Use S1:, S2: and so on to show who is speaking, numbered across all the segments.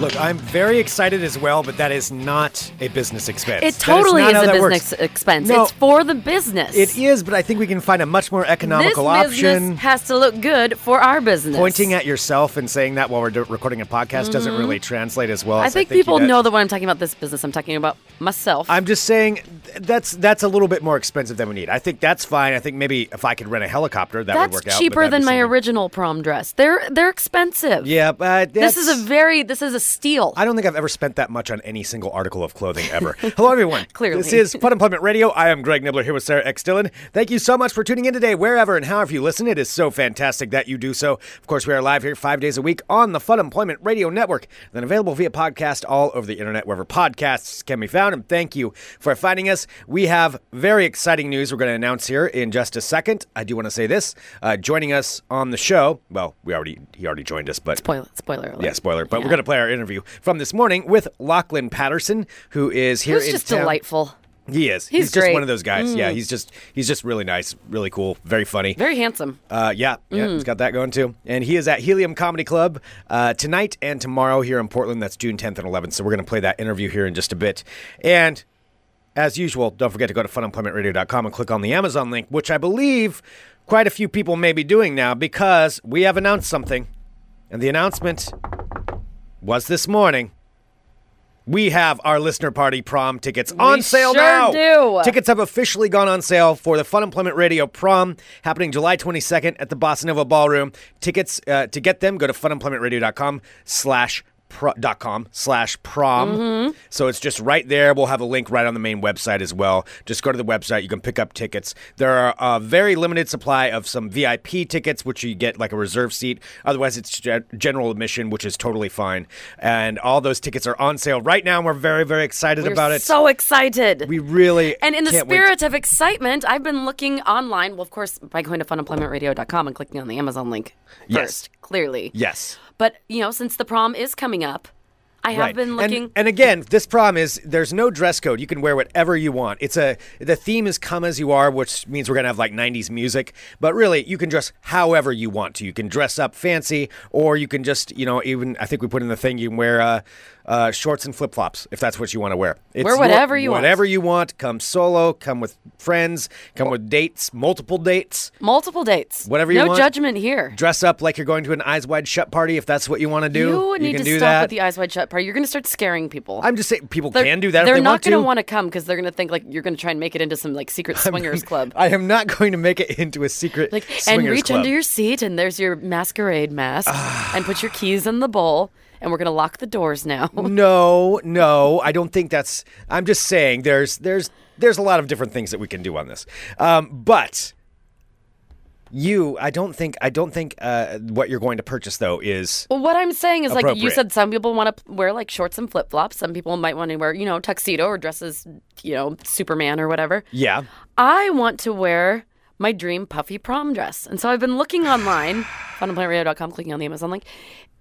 S1: Look, I'm very excited as well, but that is not a business expense.
S2: It
S1: That is
S2: totally
S1: not
S2: is,
S1: how
S2: a
S1: that works.
S2: business expense.
S1: No.
S2: It's for the business.
S1: It is, but I think we can find a much more
S2: This
S1: economical option.
S2: business has to look good for our business.
S1: Pointing at yourself and saying that while we're do- recording a podcast doesn't really translate as well.
S2: Mm-hmm. I
S1: as
S2: think,
S1: you
S2: people
S1: did.
S2: know that when I'm talking about this business, I'm talking about myself.
S1: I'm just saying th- that's that's a little bit more expensive than we need. I think that's fine. I think maybe if I could rent a helicopter, that would
S2: that's
S1: work out. but
S2: cheaper
S1: that'd be
S2: than my
S1: something.
S2: original prom dress. They're they're expensive.
S1: Yeah, but
S2: This is
S1: that's-
S2: a very this is a steal.
S1: I don't think I've ever spent that much on any single article of clothing ever. Hello, everyone.
S2: Clearly.
S1: This is Fun Employment Radio. I am Greg Nibbler here with Sarah X. Dillon. Thank you so much for tuning in today, wherever and however you listen. It is so fantastic that you do so. Of course, we are live here five days a week on the Fun Employment Radio Network, then available via podcast all over the internet, wherever podcasts can be found. And thank you for finding us. We have very exciting news we're going to announce here in just a second. I do want to say this uh, joining us on the show, well, we already he already joined us, but
S2: spoiler spoiler alert.
S1: yeah, spoiler. But we're going to play our interview from this morning with Lachlan Patterson, who is here
S2: Who's
S1: in
S2: just
S1: town.
S2: delightful.
S1: He is.
S2: He's
S1: just
S2: great. Mm.
S1: one of those guys. Yeah, he's just he's just really nice, really cool, very funny.
S2: Very handsome.
S1: Uh, yeah, yeah,
S2: Mm.
S1: he's got that going too. And he is at Helium Comedy Club uh, tonight and tomorrow here in Portland. That's June 10th and 11th. So we're going to play that interview here in just a bit. And as usual, don't forget to go to funemploymentradio.com and click on the Amazon link, which I believe quite a few people may be doing now because we have announced something. And the announcement was this morning. We have our listener party prom tickets on sale
S2: sure
S1: now.
S2: do.
S1: Tickets have officially gone on sale for the Fun Employment Radio prom happening July 22nd at the Bossa Nova Ballroom. Tickets uh, to get them go to funemploymentradio.com slash pro- dot com slash prom.
S2: Mm-hmm.
S1: So it's just right there. We'll have a link right on the main website as well. Just go to the website. You can pick up tickets. There are a very limited supply of some VIP tickets, which you get like a reserve seat. Otherwise, it's gen- general admission, which is totally fine. And all those tickets are on sale right now. We're very, very excited
S2: We're
S1: about it.
S2: so excited.
S1: we really
S2: And in the
S1: can't wait to-
S2: spirit of excitement, I've been looking online. Well, of course, by going to funemploymentradio.com and clicking on the Amazon link first,
S1: Yes.
S2: clearly.
S1: Yes.
S2: But, you know, since the prom is coming up, I have
S1: Right.
S2: been
S1: And-
S2: looking.
S1: And, again, this problem is there's no dress code. You can wear whatever you want. It's a the theme is come as you are, which means we're gonna have like '90s music. But really, you can dress however you want to. You can dress up fancy, or you can just you know even I think we put in the thing you can wear uh, uh, shorts and flip flops if that's what you want to wear. It's
S2: Wear
S1: your-
S2: whatever you want.
S1: Whatever you want. Come solo. Come with friends. Come with dates. Multiple dates.
S2: multiple dates.
S1: Whatever you
S2: no
S1: want.
S2: judgment here.
S1: Dress up like you're going to an eyes wide shut party if that's what you want to do.
S2: you need
S1: can
S2: to
S1: do
S2: stop
S1: that.
S2: with the eyes wide shut part. You're going to start scaring people.
S1: I'm just saying people
S2: They're-
S1: can do that.
S2: They're
S1: if they
S2: not
S1: want
S2: gonna
S1: to.
S2: wanna come because they're going to think like you're going to try and make it into some like secret swingers club.
S1: I am not going to make it into a secret
S2: Like and
S1: swingers
S2: reach
S1: club.
S2: under your seat and there's your masquerade mask and put your keys in the bowl and we're going to lock the doors now.
S1: No, no, I don't think that's. I'm just saying there's there's there's a lot of different things that we can do on this, um, but you, I don't think I don't think uh, what you're going to purchase though is
S2: Well, what I'm saying is, like you
S1: Appropriate.
S2: said, some people want to wear like shorts and flip flops. Some people might want to wear, you know, tuxedo or dresses, you know, Superman or whatever.
S1: yeah.
S2: I want to wear my dream puffy prom dress, and so I've been looking online, funemploymentradio.com, clicking on the Amazon link,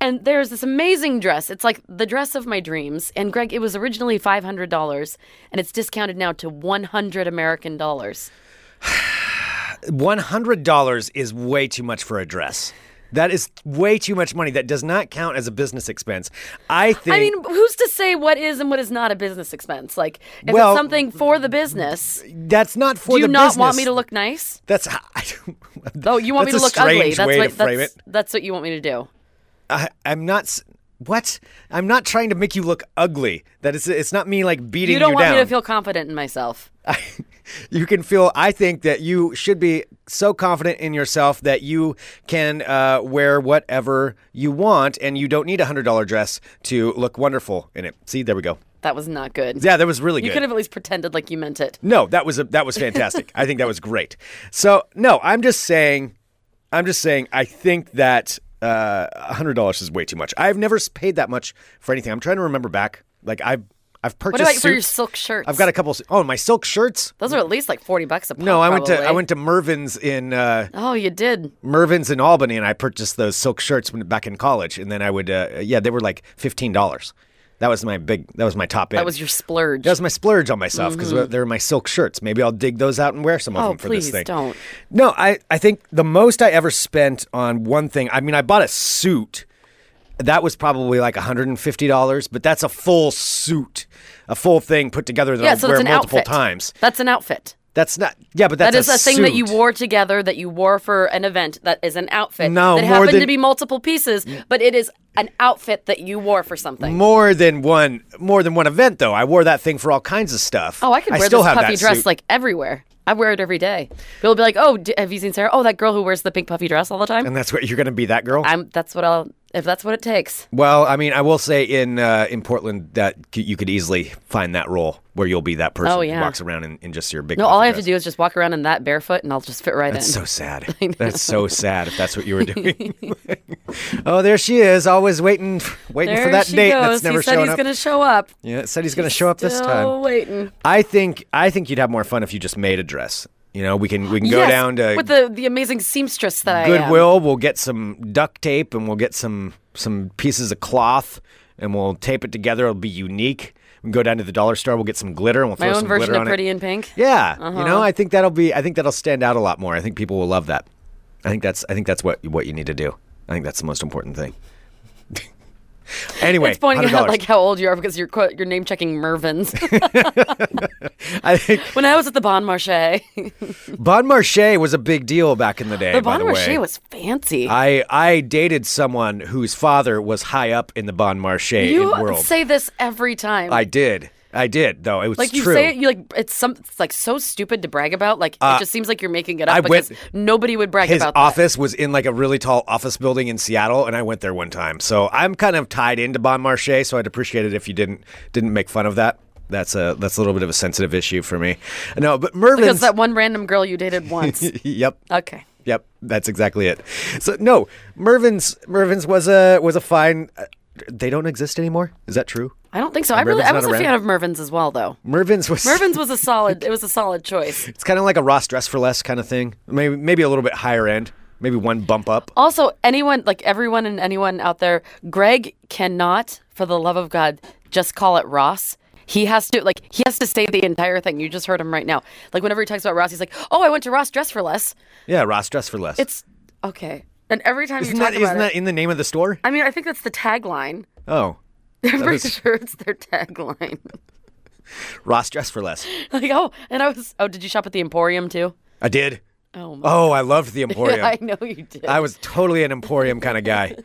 S2: and there's this amazing dress. It's like the dress of my dreams. And Greg, it was originally five hundred dollars, and it's discounted now to one hundred American dollars.
S1: One hundred dollars is way too much for a dress. That is way too much money. That does not count as a business expense. I think.
S2: I mean, who's to say what is and what is not a business expense? Like, if
S1: Well,
S2: it's something for the business.
S1: that's not for
S2: Do you
S1: the
S2: not
S1: business.
S2: want me to look nice?
S1: That's I don't,
S2: Oh, you want
S1: that's
S2: me to
S1: a
S2: look ugly?
S1: strange
S2: That's
S1: way
S2: what
S1: to frame
S2: that's,
S1: it.
S2: that's what you want me to do.
S1: I, I'm not. s- What? I'm not trying to make you look ugly. That is, it's not me like beating
S2: You
S1: you
S2: don't want
S1: down.
S2: me to feel confident in myself.
S1: you can feel. I think that you should be so confident in yourself that you can uh, wear whatever you want, and you don't need a hundred dollar dress to look wonderful in it. See, there we go.
S2: That was not good.
S1: Yeah, that was really
S2: you
S1: good.
S2: could have at least pretended like you meant it.
S1: No, that was a, that was fantastic. I think that was great. So no, I'm just saying, I'm just saying. I think that uh, hundred dollars is way too much. I've never s- paid that much for anything. I'm trying to remember back. Like I, I've purchased
S2: What about for your
S1: suits.
S2: silk shirts?
S1: I've got a couple. Oh, my silk shirts.
S2: Those are at least like forty bucks a pop.
S1: No, I went to I
S2: probably.
S1: went to Mervin's in uh,
S2: Oh, you did.
S1: Mervin's in Albany, and I purchased those silk shirts when, back in college. And then I would, uh, yeah, they were like fifteen dollars. That was my big. That was my top end.
S2: That was your splurge.
S1: That was my splurge on myself because they're my silk shirts. Maybe I'll dig those out and wear some of
S2: Mm-hmm. Oh,
S1: them for
S2: please
S1: this thing.
S2: don't.
S1: No, I, I think the most I ever spent on one thing, I mean, I bought a suit. That was probably like $150, but that's a full suit, a full thing put together that
S2: yeah,
S1: I
S2: so
S1: wear
S2: that's an
S1: multiple
S2: outfit.
S1: times.
S2: That's an outfit.
S1: That's not, yeah, but that's
S2: That is a, thing that you
S1: suit.
S2: wore together that you wore for an event that is an outfit
S1: No,
S2: that
S1: more
S2: happened to
S1: than-
S2: be multiple pieces, but it is an outfit that you wore for something.
S1: More than one, more than one event though. I wore that thing for all kinds of stuff.
S2: Oh, I could wear
S1: still
S2: this
S1: have
S2: puffy
S1: that
S2: dress
S1: suit.
S2: like everywhere. I wear it every day. People will be like, "Oh, d- have you seen Sarah? Oh, that girl who wears the pink puffy dress all the time."
S1: and that's what you're going to be that girl.
S2: I'm. That's what I'll. If that's what it takes.
S1: Well, I mean, I will say in uh, in Portland that c- you could easily find that role where you'll be that person
S2: Oh,
S1: who
S2: yeah.
S1: walks around in, in just your big.
S2: No, all
S1: puffy
S2: I have to
S1: dress.
S2: do is just walk around in that barefoot, and I'll just fit right
S1: That's
S2: in.
S1: so sad. That's so sad. If that's what you were doing. oh, there she is, always waiting, waiting
S2: there
S1: for that
S2: she
S1: date
S2: goes.
S1: that's never
S2: he said
S1: showing
S2: he's
S1: up.
S2: gonna show up.
S1: yeah, said he's going to show up this
S2: Still
S1: time.
S2: waiting.
S1: I think I think you'd have more fun if you just made a dress. You know, we can we can go
S2: Yes,
S1: down to
S2: with the the amazing seamstress that I am.
S1: Goodwill. We'll get some duct tape and we'll get some some pieces of cloth and we'll tape it together. It'll be unique. We can go down to the dollar store. We'll get some glitter and we'll
S2: My
S1: throw
S2: own
S1: some
S2: version
S1: glitter
S2: of
S1: on
S2: Pretty Uh-huh.
S1: it.
S2: in Pink.
S1: Yeah, you know, I think that'll be. I think that'll stand out a lot more. I think people will love that. I think that's. I think that's what what you need to do. I think that's the most important thing. anyway,
S2: It's pointing
S1: $100.
S2: out like how old you are because you're quote, you're name checking Mervyn's.
S1: I think
S2: when I was at the Bon Marché,
S1: Bon Marché was a big deal back in the day.
S2: the
S1: by
S2: Bon
S1: the way.
S2: Marché was fancy.
S1: I I dated someone whose father was high up in the Bon Marché
S2: you
S1: in world.
S2: say this every time.
S1: I did. I did though. It was
S2: like you
S1: true.
S2: say it, you like it's some it's like so stupid to brag about. Like it just seems like you're making it up
S1: Uh, I went-
S2: because nobody would brag
S1: His
S2: about that.
S1: office was in like a really tall office building in Seattle, and I went there one time. So I'm kind of tied into Bon Marché. So I'd appreciate it if you didn't didn't make fun of that. That's a that's a little bit of a sensitive issue for me. No, but Mervin's.
S2: Because that Oh. one random girl you dated once.
S1: yep.
S2: okay.
S1: Yep, that's exactly it. So no, Mervin's Mervin's was a was a fine. Uh, they don't exist anymore. Is that true?
S2: I don't think so. I really
S1: Mervin's
S2: I
S1: not
S2: was a
S1: around?
S2: fan of Mervin's as well though.
S1: Mervin's was
S2: Mervin's was a solid it was a solid choice.
S1: It's kind of like a Ross dress for less kind of thing. Maybe maybe a little bit higher end. Maybe one bump up.
S2: Also, anyone, like everyone and anyone out there, Greg cannot, for the love of God, just call it Ross. He has to, like, he has to say the entire thing. You just heard him right now. Like, whenever he talks about Ross, he's like, oh, I went to Ross Dress for Less.
S1: Yeah, Ross dress for less.
S2: It's okay. And every time
S1: isn't
S2: you talk
S1: that
S2: about
S1: isn't
S2: it,
S1: that in the name of the store?
S2: I mean, I think that's the tagline.
S1: Oh,
S2: I'm pretty
S1: is-
S2: sure it's their tagline.
S1: Ross dress for less.
S2: like, oh, and I was, oh, did you shop at the Emporium too?
S1: I did.
S2: Oh, my.
S1: Oh, I loved the Emporium.
S2: I know you did.
S1: I was totally an Emporium kind of guy.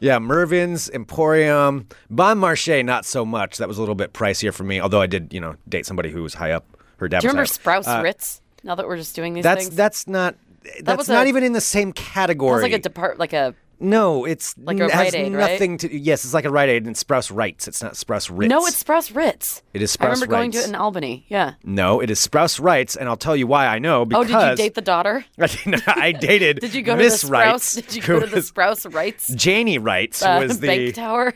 S1: Yeah, Mervin's Emporium, Bon Marché, not so much. That was a little bit pricier for me. Although I did, you know, date somebody who was high up. Her dad.
S2: Do you
S1: was
S2: remember
S1: high up.
S2: Sprouse Ritz? Now that we're just doing these
S1: That's
S2: things,
S1: that's not. That's
S2: was
S1: not
S2: a-
S1: even in the same category.
S2: That was like a depart, like a
S1: No, it's
S2: Like a
S1: n-
S2: Rite
S1: has
S2: Aid, right?
S1: nothing to. Yes, it's like a Rite Aid and Sprouse Rights. It's not Sprouse Ritz.
S2: No, it's Sprouse Ritz.
S1: It is
S2: I remember
S1: Sprouse
S2: going to
S1: Ritz.
S2: it in Albany. Yeah.
S1: no, it is Sprouse Rights, and I'll tell you why I know
S2: Oh,
S1: because
S2: did you date the daughter?
S1: I, did- I dated.
S2: Did you go
S1: Miss
S2: to the Sprouse?
S1: Rights?
S2: Did you
S1: who
S2: go to the
S1: was-
S2: Sprouse Rights?
S1: Janie Rights, who
S2: uh,
S1: was the
S2: bank tower?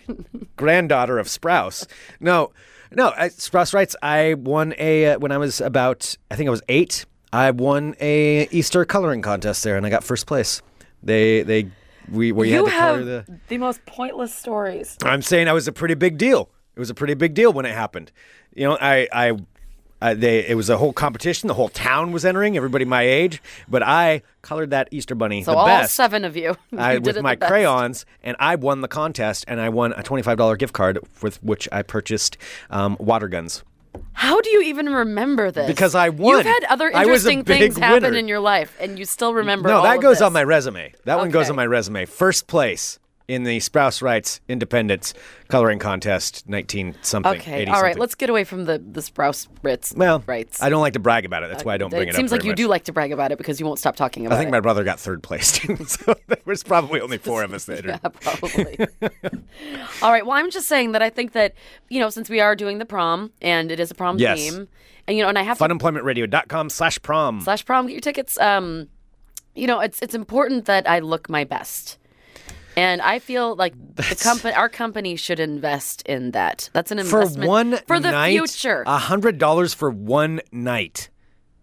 S1: granddaughter of Sprouse. No, no, I, Sprouse Rights. I won a uh, when I was about. I think I was eight. I won a Easter coloring contest there, and I got first place. They they we we had
S2: you
S1: to color
S2: have
S1: the.
S2: the... most pointless stories.
S1: I'm saying I was a pretty big deal. It was a pretty big deal when it happened. You know, I, I, I they, it was a whole competition. The whole town was entering. Everybody my age, but I colored that Easter bunny
S2: So
S1: the
S2: all
S1: best.
S2: seven of you, you
S1: I,
S2: did
S1: with
S2: it
S1: my
S2: the best.
S1: crayons, and I won the contest, and I won a twenty-five dollar gift card with which I purchased um, water guns.
S2: How do you even remember this?
S1: Because I won.
S2: You've had other
S1: I was a
S2: interesting
S1: big
S2: things happen
S1: winner.
S2: in your life, and you still remember.
S1: No,
S2: all
S1: that
S2: of
S1: goes
S2: this.
S1: on my resume. That one goes
S2: Okay.
S1: on my resume. First place in the Sprouse Rights Independence Coloring Contest, nineteen something.
S2: Okay,
S1: 80
S2: all right.
S1: something.
S2: Let's get away from the the Sprouse Ritz.
S1: Well,
S2: rights. Uh,
S1: I don't like to brag about it. That's why I don't bring it, up.
S2: it seems like
S1: very
S2: you
S1: much.
S2: do like to brag about it because you won't stop talking about
S1: I think
S2: it.
S1: my brother got third place too, so there was probably only four of us that entered.
S2: Yeah, probably. All right. Well, I'm just saying that I think that you know, since we are doing the prom and it is a prom
S1: Yes.
S2: theme, and you know, and I have to
S1: Funemploymentradio.com slash prom.
S2: slash prom get your tickets. Um, you know, it's it's important that I look my best. And I feel like the company, our company, should invest in that. That's an
S1: for
S2: investment
S1: one
S2: for the
S1: night, Uh,
S2: future.
S1: hundred dollars for one night.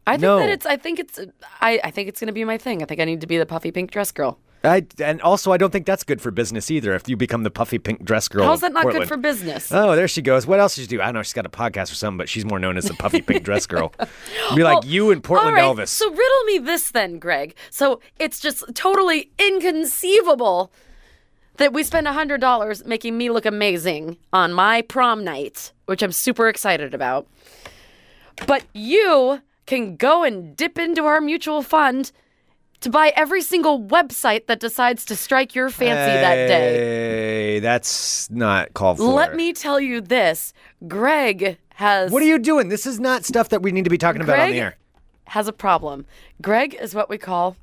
S2: I think
S1: no.
S2: that it's. I think it's. I, I think it's going to be my thing. I think I need to be the puffy pink dress girl.
S1: I, and also, I don't think that's good for business either. If you become the puffy pink dress girl,
S2: How's
S1: of
S2: that not
S1: Oh, Portland.
S2: good for business?
S1: Oh, there she goes. What else did she do? I don't know. She's got a podcast or something, but she's more known as the puffy pink dress girl. Be like
S2: Well,
S1: you and Portland
S2: all right,
S1: Elvis.
S2: So riddle me this then, Greg. So it's just totally inconceivable that we spend hundred dollars making me look amazing on my prom night, which I'm super excited about. But you can go and dip into our mutual fund to buy every single website that decides to strike your fancy that day.
S1: Hey, that's not called for.
S2: Let me tell you this. Greg has
S1: What are you doing? This is not stuff that we need to be talking about on the
S2: Greg?
S1: air.
S2: has a problem. Greg is what we call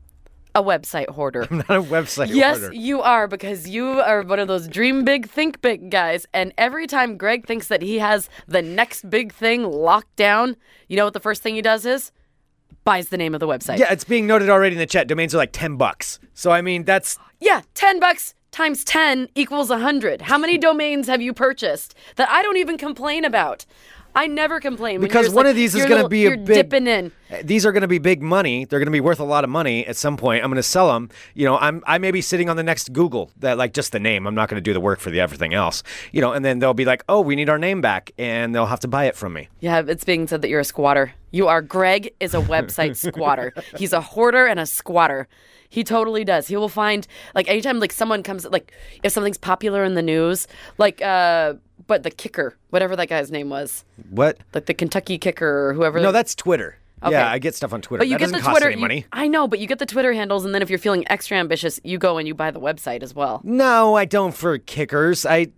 S2: a website hoarder.
S1: Not a website.
S2: Yes,
S1: order.
S2: you are because you are one of those dream big, think big guys. And every time Greg thinks that he has the next big thing locked down, you know what the first thing he does is buys the name of the website.
S1: Yeah, it's being noted already in the chat. Domains are like ten bucks. So I mean, that's
S2: yeah, ten bucks times ten equals a hundred. How many domains have you purchased that I don't even complain about? I never complain when you're
S1: Because
S2: just
S1: one
S2: like,
S1: of these is
S2: you're
S1: gonna
S2: little-
S1: be a
S2: you're
S1: big-
S2: dipping in.
S1: these are going to be big money. They're going to be worth a lot of money at some point. I'm going to sell them. You know, I'm I may be sitting on the next Google that like just the name. I'm not going to do the work for the everything else. You know, and then they'll be like, oh, we need our name back, and they'll have to buy it from me.
S2: Yeah, it's being said that you're a squatter. You are. Greg is a website squatter. He's a hoarder and a squatter. He totally does. He will find like anytime like someone comes like if something's popular in the news, like uh but the kicker, whatever that guy's name was,
S1: What?
S2: like the Kentucky kicker or whoever.
S1: No, that's Twitter.
S2: Okay.
S1: Yeah, I get stuff on Twitter.
S2: But you
S1: that
S2: get
S1: doesn't
S2: the
S1: cost
S2: Twitter.
S1: any
S2: you-
S1: money.
S2: I know, but you get the Twitter handles, and then if you're feeling extra ambitious, you go and you buy the website as well.
S1: No, I don't for kickers. I,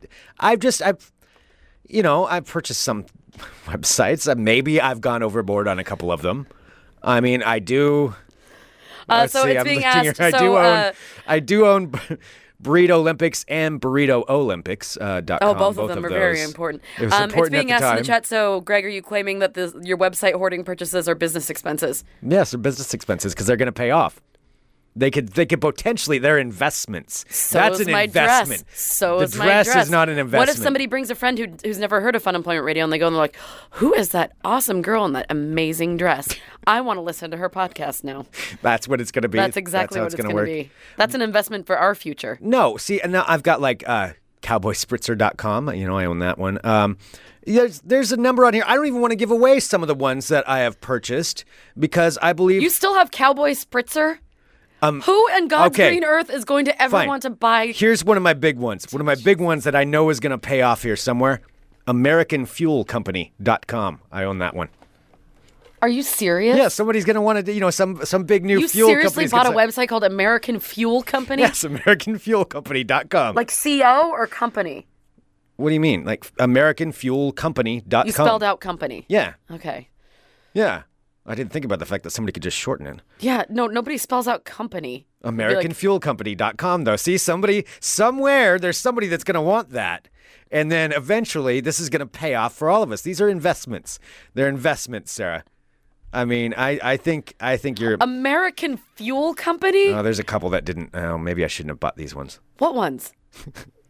S1: I've just I've, you know, I've purchased some websites. Uh, Maybe I've gone overboard on a couple of them. I mean, I do.
S2: Uh,
S1: let's
S2: so
S1: see,
S2: it's
S1: I'm
S2: being
S1: looking
S2: asked.
S1: here. I
S2: so
S1: do own.
S2: uh,
S1: I do own. Burrito Olympics and Burrito Olympics. Uh, dot
S2: Oh,
S1: com,
S2: both, of them are very
S1: those.
S2: important.
S1: It was
S2: um,
S1: important
S2: it's being
S1: at
S2: asked
S1: the time.
S2: in the chat. So, Greg, are you claiming that this, your website hoarding purchases are business expenses?
S1: Yes, they're business expenses because they're going to pay off. They could, they could potentially, they're investments.
S2: So
S1: That's
S2: is
S1: an
S2: my
S1: investment.
S2: dress. So
S1: the
S2: is my
S1: dress,
S2: dress.
S1: is not an investment.
S2: What if somebody brings a friend who, who's never heard of Fun Employment Radio and they go and they're like, "Who is that awesome girl in that amazing dress? I want to listen to her podcast now."
S1: That's what it's going to be.
S2: That's exactly
S1: how
S2: what it's
S1: gonna
S2: going to
S1: work.
S2: be. That's an investment for our future.
S1: No, see, and now I've got like uh, cowboyspritzer.com. You know, I own that one. Um, there's there's a number on here. I don't even want to give away some of the ones that I have purchased because I believe
S2: You still have Cowboy Spritzer. who in God's
S1: Um, okay.
S2: green earth is going to ever
S1: Fine.
S2: want to buy?
S1: Here's one of my big ones. One of my big ones that I know is going to pay off here somewhere. AmericanFuelCompany.com. I own that one.
S2: Are you serious?
S1: Yeah, somebody's going to want to, you know, some some big new
S2: You
S1: fuel
S2: seriously
S1: company's
S2: bought a
S1: gonna-
S2: website called American Fuel Company?
S1: Yes, AmericanFuelCompany.com.
S2: Like CO or company?
S1: what do you mean? Like AmericanFuelCompany.com.
S2: You spelled out company.
S1: Yeah,
S2: Okay.
S1: yeah. I didn't think about the fact that somebody could just shorten it.
S2: Yeah, no, nobody spells out company. It'd be like-
S1: AmericanFuelCompany.com, though. See, somebody, somewhere, there's somebody that's going to want that. And then eventually, this is going to pay off for all of us. These are investments. They're investments, Sarah. I mean, I, I think I think you're.
S2: Um, American Fuel Company?
S1: oh, there's a couple that didn't. Oh, maybe I shouldn't have bought these ones.
S2: what ones?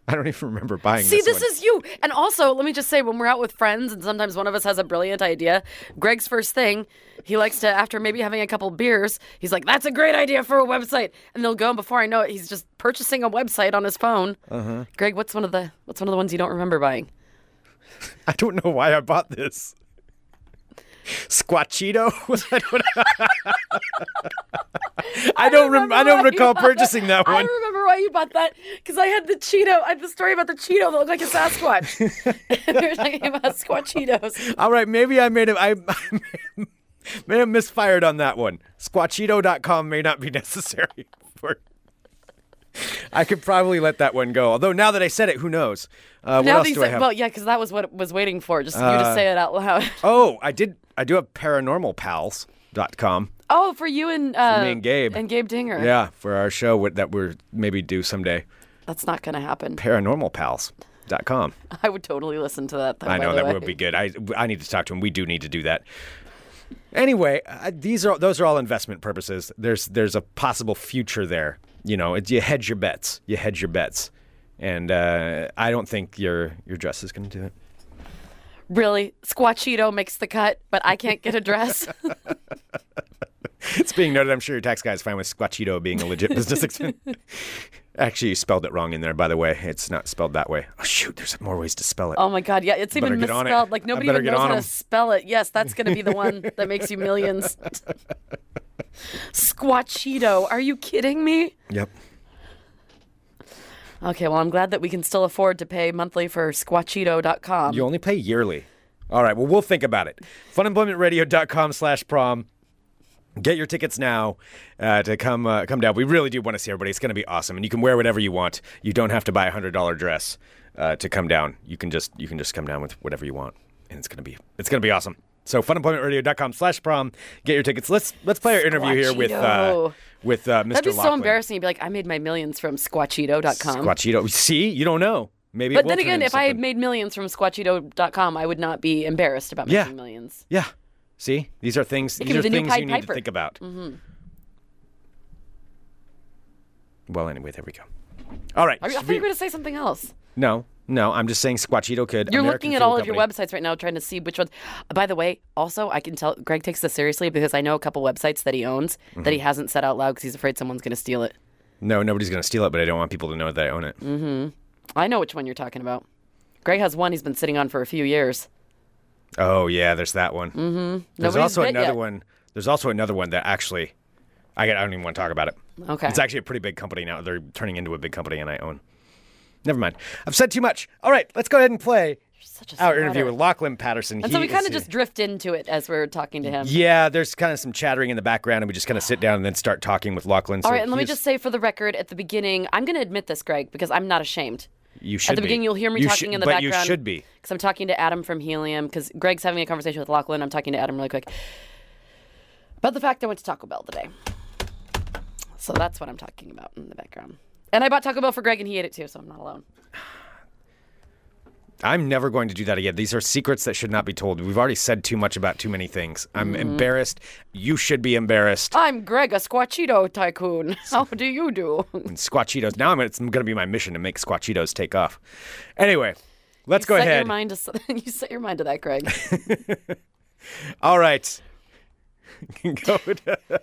S1: I don't even remember buying.
S2: See, this
S1: one.
S2: is you. And also, let me just say, when we're out with friends and sometimes one of us has a brilliant idea, Greg's first thing, he likes to, after maybe having a couple beers, he's like, that's a great idea for a website. And they'll go, and before I know it, he's just purchasing a website on his phone. Uh-huh. Greg, what's one of the what's one of the ones you don't remember buying?
S1: I don't know why I bought this. Squatchito. Was that what- I don't. Rem- I
S2: remember
S1: don't
S2: why you
S1: recall
S2: bought that.
S1: purchasing that
S2: I
S1: one.
S2: remember why you bought that because I had the Cheeto. I had the story about the Cheeto that looked like a Sasquatch. we were talking about Squatchitos.
S1: All right, maybe I made a, I may have misfired on that one. Squatchito.com may not be necessary for. I could probably let that one go. Although now that I said it, who knows? Uh, what
S2: Now
S1: else
S2: that you
S1: do I
S2: said-
S1: have? Uh,
S2: well, yeah, because that was what it was waiting for. Just you to say it out loud.
S1: oh, I did. I do have paranormalpals.com.
S2: Oh, for you and uh,
S1: me and Gabe.
S2: and Gabe Dinger.
S1: Yeah, for our show with- that we're maybe do someday.
S2: that's not gonna happen.
S1: Paranormalpals.com.
S2: I would totally listen to that. Though,
S1: I
S2: by
S1: know
S2: the
S1: that
S2: way.
S1: would be good. I I need to talk to him. We do need to do that. Anyway, uh, these are those are all investment purposes. There's there's a possible future there you know, it, you hedge your bets. You hedge your bets. And uh, I don't think your your dress is going to do it.
S2: Really, Squatchito makes the cut, but I can't get a dress.
S1: It's being noted. I'm sure your tax guy is fine with Squatchito being a legit business expense. Actually, you spelled it wrong in there, by the way. It's not spelled that way. Oh, shoot. There's more ways to spell it.
S2: oh my God, yeah, it's even
S1: Better get on it.
S2: misspelled. Like
S1: I
S2: nobody
S1: better
S2: even
S1: get
S2: knows
S1: on
S2: how
S1: 'em.
S2: to spell it. Yes, that's going to be the one that makes you millions. Squatchito, are you kidding me?
S1: Yep.
S2: Okay, well, I'm glad that we can still afford to pay monthly for Squatchito.com.
S1: You only pay yearly. All right. Well, we'll think about it. Funemploymentradio.com slash prom. Get your tickets now uh, to come uh, come down. We really do want to see everybody. It's going to be awesome, and you can wear whatever you want. You don't have to buy a hundred dollar dress uh, to come down. You can just you can just come down with whatever you want, and it's gonna be it's gonna be awesome. So funemploymentradio.com slash prom. Get your tickets. Let's let's play our interview here with uh,
S2: Squatchito.
S1: with uh, mister
S2: That'd be so embarrassing. You'd be like, I made my millions from Squatchito.com.
S1: Squatchito. See, you don't know. Maybe. it
S2: but
S1: will
S2: then
S1: turn
S2: again,
S1: into
S2: if I had
S1: something.
S2: made millions from Squatchito.com, I would not be embarrassed about making
S1: Yeah.
S2: millions.
S1: Yeah. See, these are things.
S2: It could
S1: These
S2: be
S1: are
S2: the new
S1: things
S2: Pied
S1: you need to
S2: Piper. Mm-hmm.
S1: think about. Well, anyway, there we go. All right.
S2: Are you, I
S1: should
S2: thought you were going to say something else.
S1: No, no. I'm just saying, Squatchito could.
S2: You're
S1: American
S2: looking at
S1: Fuel
S2: all of your
S1: Company-
S2: websites right now, trying to see which ones. By the way, also I can tell Greg takes this seriously because I know a couple websites that he owns that he
S1: Mm-hmm.
S2: hasn't said out loud because he's afraid someone's going to steal it.
S1: No, nobody's going to steal it, but I don't want people to know that I own it.
S2: Mm. I know which one you're talking about. Greg has one he's been sitting on for a few years.
S1: Oh yeah, there's that one. Mm-hmm. There's
S2: Nobody's
S1: also
S2: bit
S1: another
S2: yet.
S1: one. There's also another one that actually, I, I don't even want to talk about it.
S2: Okay.
S1: It's actually a pretty big company now. They're turning into a big company, and I own. Never mind. I've said too much. All right, let's go ahead and play
S2: Such a
S1: our interview
S2: smarter.
S1: with Lachlan Patterson.
S2: And so we kind of just drift into it as we're talking to him.
S1: Yeah, there's kind of some chattering in the background, and we just kind of sit down and then start talking with Lachlan. So
S2: All right, and let me
S1: he's-
S2: just say for the record at the beginning, I'm going to admit this, Greg, because I'm not ashamed.
S1: you should
S2: At the
S1: be.
S2: beginning, you'll hear me
S1: You
S2: talking
S1: should-
S2: in the
S1: but
S2: background.
S1: you should be.
S2: Because I'm talking to Adam from Helium, because Greg's having a conversation with Lachlan. I'm talking to Adam really quick. About the fact I went to Taco Bell today. So that's what I'm talking about in the background. And I bought Taco Bell for Greg, and he ate it too, so I'm not alone.
S1: I'm never going to do that again. These are secrets that should not be told. We've already said too much about too many things. I'm
S2: Mm-hmm.
S1: embarrassed. You should be embarrassed.
S2: I'm Greg, a Squatchito tycoon. How do you do?
S1: And Squatchitos. Now I'm, it's going to be my mission to make Squatchitos take off. Anyway, let's go
S2: set
S1: ahead.
S2: Your mind to, s- you set your mind to that, Greg.
S1: All right. Go to-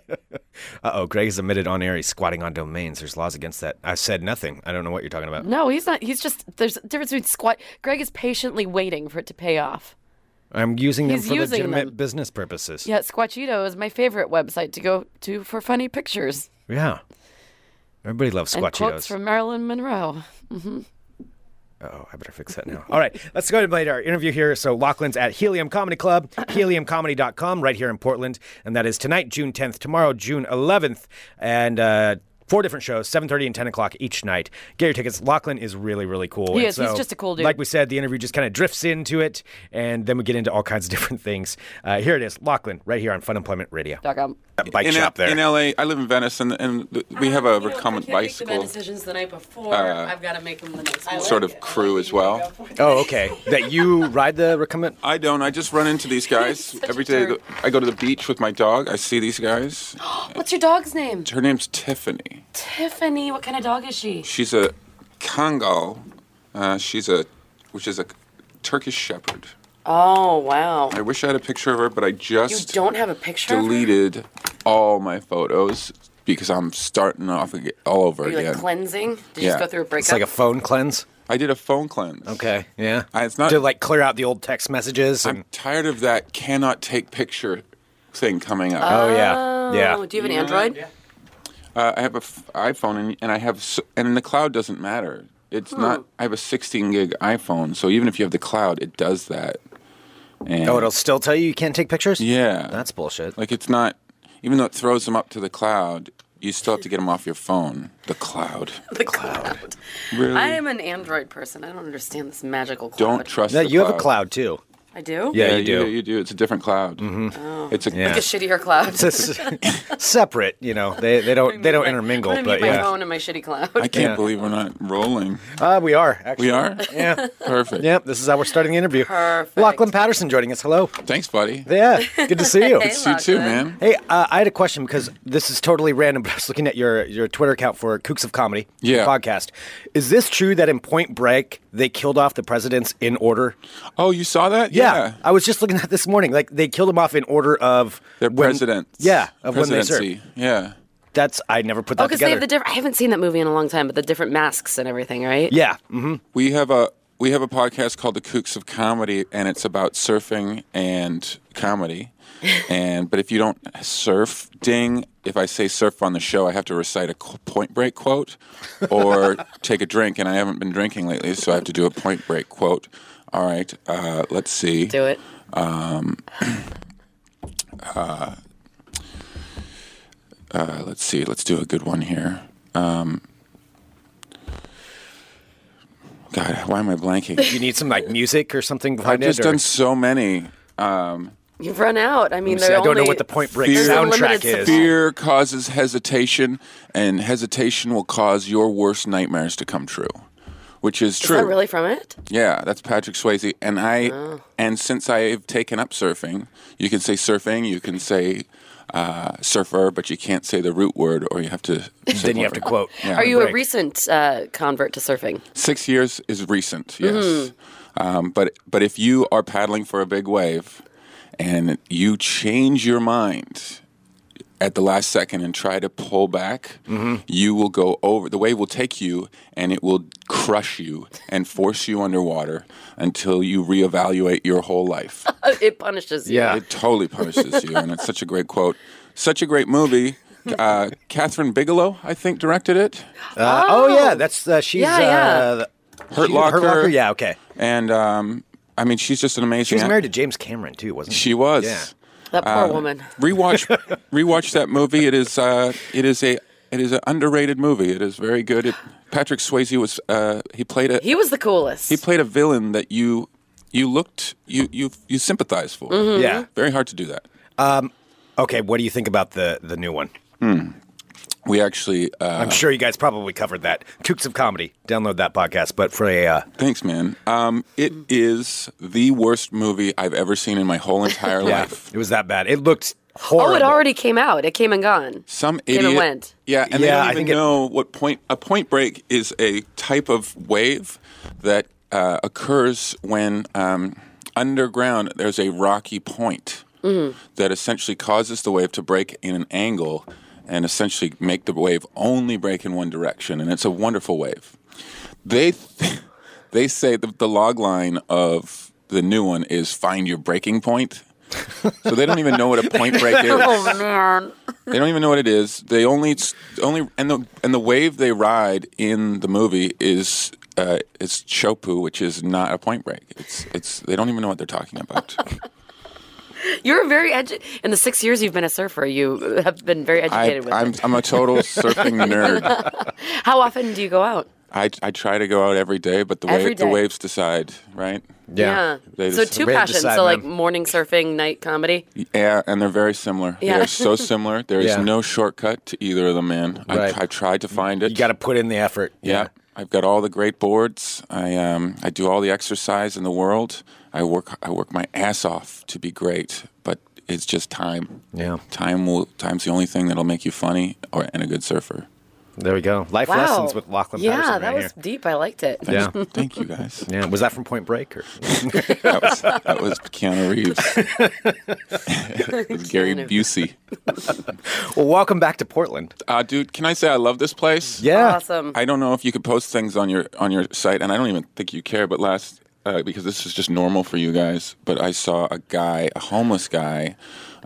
S1: Uh-oh, Greg has admitted on air he's squatting on domains. There's laws against that. I said nothing. I don't know what you're talking about.
S2: no, he's not. He's just, there's a difference between squat. Greg is patiently waiting for it to pay off.
S1: I'm using them
S2: He's
S1: for
S2: using
S1: legitimate
S2: them.
S1: business purposes.
S2: Yeah, Squatchito is my favorite website to go to for funny pictures
S1: Yeah. Everybody loves
S2: and quotes
S1: Squatchitos.
S2: from Marilyn Monroe.
S1: Oh, I better fix that now. All right, let's go ahead and play our interview here. So Lachlan's at Helium Comedy Club, heliumcomedy.com, right here in Portland. And that is tonight, June 10th, tomorrow, June 11th, and uh, four different shows, 7.30 and 10 o'clock each night. Get your tickets. Lachlan is really, really cool.
S2: He
S1: And
S2: is. He's just a cool dude.
S1: Like we said, the interview just kind of drifts into it, and then we get into all kinds of different things. Uh, here it is, Lachlan, right here on Fun Employment Radio.
S2: Dot com.
S1: That bike
S3: in,
S1: shop
S3: L-
S1: there.
S3: in LA, I live in Venice, and, and th- we have a recumbent bicycle Uh,
S2: decisions the night before. I've got to make them the next
S3: sort of crew as well.
S1: oh, okay. that you ride the recumbent?
S3: I don't. I just run into these guys
S2: Such a
S3: every day.
S2: jerk.
S3: that- I go to the beach with my dog. I see these guys.
S2: What's your dog's name?
S3: Her name's Tiffany.
S2: Tiffany. What kind of dog is she?
S3: She's a Kangal. Uh, she's a, which is a Turkish Shepherd.
S2: Oh wow.
S3: I wish I had a picture of her, but I
S2: You
S3: just
S2: don't have a picture. of her?
S3: deleted all my photos because I'm starting off ag- all over
S2: Are you
S3: again.
S2: like cleansing? Did you
S3: Yeah.
S2: just go through a breakup?
S1: It's like a phone cleanse.
S3: I did a phone cleanse.
S1: Okay. Yeah.
S3: Uh, it's not-
S1: to like clear out the old text messages. And,
S3: I'm tired of that cannot take picture thing coming up.
S1: oh yeah.
S2: Oh,
S1: Yeah.
S2: do you have an Android?
S3: Uh, I have an iPhone, and, and I have, s- and the cloud doesn't matter. It's not. I have a 16 gig iPhone, so even if you have the cloud, it does that. And
S1: Oh, it'll still tell you you can't take pictures.
S3: yeah,
S1: That's bullshit.
S3: like it's not. Even though it throws them up to the cloud, you still have to get them off your phone. The cloud,
S2: The cloud.
S3: really?
S2: I am an Android person. I don't understand this magical cloud.
S3: Don't trust.
S1: No,
S3: the
S1: you have a cloud too.
S4: I do.
S1: Yeah, you do. Mm-hmm.
S3: You do. It's a different cloud. It's a
S1: Yeah.
S4: Like a shittier cloud.
S1: It's separate, you know. They they don't they don't intermingle,
S2: I'm gonna
S1: but
S2: mute my
S1: yeah,
S2: phone and my shitty cloud.
S3: I can't
S1: Yeah.
S3: believe we're not rolling.
S1: uh, we are actually.
S3: We are?
S1: Yeah.
S3: Perfect.
S1: Yep, this is how we're starting the interview.
S4: Perfect.
S1: Lachlan Patterson joining us. Hello.
S3: Thanks, buddy.
S1: Yeah, good to see you.
S3: It's you too,
S4: Lachlan.
S3: man.
S1: Hey, uh, I had a question because this is totally random, but I was looking at your, your Twitter account for Kooks of Comedy the
S3: Yeah.
S1: podcast. Is this true that in Point Break they killed off the presidents in order?
S3: Oh, you saw that?
S1: I was just looking at this morning. Like they killed them off in order of
S3: Their
S1: when-
S3: president.
S1: Yeah, of when they
S3: presidency.
S1: served.
S3: Yeah.
S1: That's I never put that
S2: Oh, because
S1: together.
S2: they have the different. I haven't seen that movie in a long time, but the different masks and everything, right?
S1: yeah. hmm
S3: We have a we have a podcast called The Kooks of Comedy, and it's about surfing and comedy. and but if you don't surf, ding! If I say surf on the show, I have to recite a qu- Point Break quote or take a drink, and I haven't been drinking lately, so I have to do a Point Break quote. All right, uh, let's see.
S2: Do it.
S3: Uh, let's see. Let's do a good one here. Um, God, why am I blanking?
S1: You need some like music or something
S3: I've
S1: behind
S3: just
S1: it.
S3: done so many. Um,
S2: You've run out. I mean,
S1: See,
S2: they're
S1: I don't know
S2: only-
S1: what the Point Break
S3: Fear-
S1: soundtrack
S2: There's a
S1: is.
S2: limited
S3: Fear causes hesitation, and hesitation will cause your worst nightmares to come true, which is
S2: Is
S3: true.
S2: that really Ah. from it?
S3: Yeah, that's Patrick Swayze. And I, and since I've taken up surfing, you can say surfing, you can say uh, surfer, but you can't say the root word, or you have to. say
S1: Then you have
S3: whatever.
S1: to quote.
S3: Yeah.
S2: Are you a
S1: break.
S2: recent uh, convert to surfing?
S3: Six years is recent, yes. Um, but but if you are paddling for a big wave, and you change your mind at the last second and try to pull back, you will go over. The wave will take you, and it will crush you and force you underwater until you reevaluate your whole life.
S2: Uh, It punishes you.
S1: Yeah.
S3: It totally punishes you, and it's such a great quote. Such a great movie. Uh, Catherine Bigelow, I think, directed it.
S1: Uh, oh. yeah, that's uh, she's
S2: Yeah, yeah.
S1: Uh, the-
S3: Hurt
S1: she-
S3: Locker.
S1: Hurt Locker. Yeah, okay.
S3: And um, I mean, she's just an
S1: She
S3: amazing.
S1: was
S3: act-
S1: married to James Cameron too, wasn't she?
S3: She was.
S1: Yeah.
S2: That
S1: Uh,
S2: poor woman.
S3: Rewatch, rewatch that movie. It is, uh, it is a, it is an underrated movie. It is very good. It, Patrick Swayze was, uh, he played a,
S2: He was the coolest.
S3: he
S2: Oh,
S3: played a villain that you, you looked, you, you, you sympathized for.
S2: Mm-hmm.
S1: Yeah.
S3: Very hard to do that.
S1: Okay, what do you think about the the new one?
S3: We actually, uh,
S1: I'm sure you guys probably covered that. Kooks of Comedy. Download that podcast. But for a uh,
S3: thanks, man. Um, it
S2: Mm.
S3: is the worst movie I've ever seen in my whole entire
S1: yeah,
S3: life.
S1: it was that bad. It looked
S2: oh,
S1: horrible.
S2: it already came out. It came and gone.
S3: Some
S2: and
S3: idiot.
S2: went.
S3: Yeah, and
S1: Yeah,
S3: they
S1: I
S3: don't even
S1: think it-
S3: know what point. A point break is a type of wave that uh, occurs when um, underground there's a rocky point that essentially causes the wave to break in an angle and essentially make the wave only break in one direction. And it's a wonderful wave. They th- they say the, the log line of the new one is find your breaking point. so they don't even know what a point break is.
S1: Oh,
S2: Man.
S3: They don't even know what it is. They only only and the and the wave they ride in the movie is uh, it's Chopu, which is not a Point Break. It's it's they don't even know what they're talking about.
S2: You're very edu- in the six years you've been a surfer. You have been very
S3: I,
S2: educated with
S3: I'm
S2: it.
S3: I'm a total surfing nerd.
S2: How often do you go out?
S3: I, I try to go out every day, but the
S2: Every
S3: wave, the
S2: day.
S3: waves decide, right?
S1: Yeah.
S3: They
S2: So
S3: just-
S2: two
S1: They
S2: passions.
S1: decide,
S2: so like
S1: man.
S2: morning surfing, night comedy.
S3: Yeah, and they're very similar.
S2: Yeah.
S3: They're so similar. There is
S1: Yeah.
S3: no shortcut to either of them, man.
S1: Right.
S3: I, I tried to find it.
S1: You got to put in the effort.
S3: Yeah. I've got all the great boards. I um, I do all the exercise in the world. I work I work my ass off to be great, but it's just time.
S1: Yeah.
S3: Time will time's the only thing that'll make you funny or and a good surfer.
S1: There we go. Life
S2: Wow.
S1: lessons with Lachlan
S2: yeah,
S1: Patterson
S2: that
S1: right
S2: was deep. I liked it.
S1: here. Yeah.
S3: Thank you guys.
S1: Yeah, was that from Point Break? Or?
S3: That was that was Keanu Reeves. it was Gary Busey.
S1: well, welcome back to Portland.
S3: Uh, dude, can I say I love this place?
S1: Yeah,
S2: Awesome.
S3: I don't know if you could post things on your on your site, and I don't even think you care. But last, uh, because this is just normal for you guys, but I saw a guy, a homeless guy,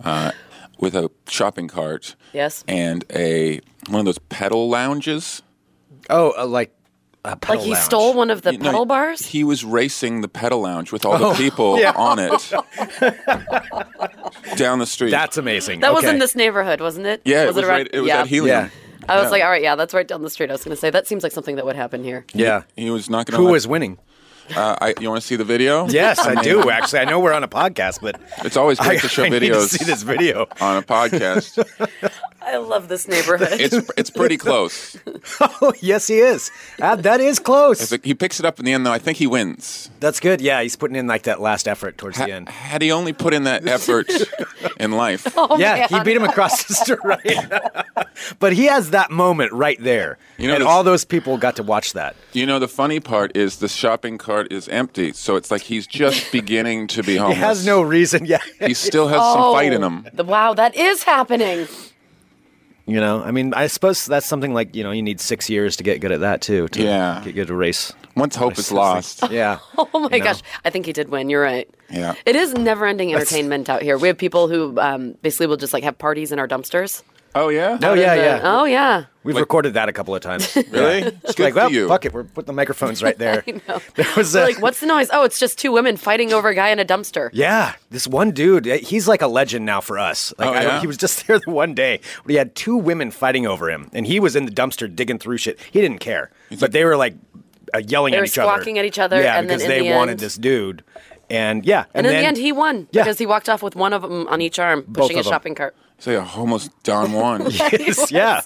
S3: uh, with a shopping cart.
S2: Yes.
S3: And a one of those pedal lounges.
S1: Oh, uh, like a pedal
S2: like he
S1: lounge.
S2: stole one of the
S3: You know,
S2: pedal bars.
S3: He was racing the pedal lounge with all the
S1: Oh.
S3: people on it down the street.
S1: That's amazing.
S2: That was
S1: Okay.
S2: in this neighborhood, wasn't it?
S3: yeah. It was,
S2: around-
S3: right. It was
S2: yeah.
S3: at Helium.
S1: Yeah.
S2: I was
S3: Yeah.
S2: like, all right, yeah, that's right down the street. I was going to say that seems like something that would happen here.
S1: Yeah.
S3: He was not going
S1: Who was winning?
S3: Uh, I, you want to see the video?
S1: Yes, I do actually. I know we're on a podcast, but
S3: It's always
S1: I,
S3: great to show
S1: I need to
S3: videos
S1: see this video.
S3: on a podcast.
S2: I love this neighborhood.
S3: it's it's pretty close.
S1: Oh, yes, he is. Ah, that is close.
S3: He picks it up in the end, though. I think he wins.
S1: That's good. Yeah, he's putting in like that last effort towards the
S3: Ha-
S1: end.
S3: had he only put in that effort in life,
S2: Oh
S1: yeah, he beat him across the street. Right? but he has that moment right there,
S3: You know,
S1: and
S3: this-
S1: all those people got to watch that.
S3: you know, the funny part is the shopping cart is empty. So it's like he's just beginning to be
S1: He
S3: homeless.
S1: has no reason. Yeah,
S3: He still has
S2: Oh.
S3: some fight in him.
S2: The, wow, that is happening.
S1: you know. I mean, I suppose that's something like you know, you need six years to get good at that too. To
S3: Yeah.
S1: get good at race.
S3: Once hope is lost.
S1: Yeah.
S2: Oh my
S1: You know?
S2: gosh, I think he did win. You're right.
S3: Yeah.
S2: It is never-ending entertainment out here. We have people who um, basically will just like have parties in our dumpsters.
S3: Oh yeah.
S1: Oh yeah, yeah.
S2: Oh yeah.
S1: We've recorded that a couple of times.
S3: Really? It's good
S1: like,
S3: for
S1: well,
S3: you.
S1: fuck it. We're putting the microphones right there. There was a,
S2: We're like, what's the noise? Oh, it's just two women fighting over a guy in a dumpster.
S1: Yeah, this one dude, eh, he's like a legend now for us. Like
S3: Oh,
S1: I don't-
S3: yeah?
S1: he was just there the one day, but he had two women fighting over him, and he was in the dumpster digging through shit. He didn't care, but they were like uh, yelling
S2: They
S1: at
S2: were
S1: each other,
S2: squawking at each other,
S1: Yeah,
S2: and then
S1: because
S2: in
S1: they
S2: the
S1: wanted
S2: end-
S1: this dude, and yeah,
S2: And, in the end, he won
S1: Yeah.
S2: because he walked off with one of them on each arm,
S1: Both
S2: pushing a
S1: of 'em.
S2: shopping cart.
S3: Say a homeless Don Juan.
S1: Yes, yeah,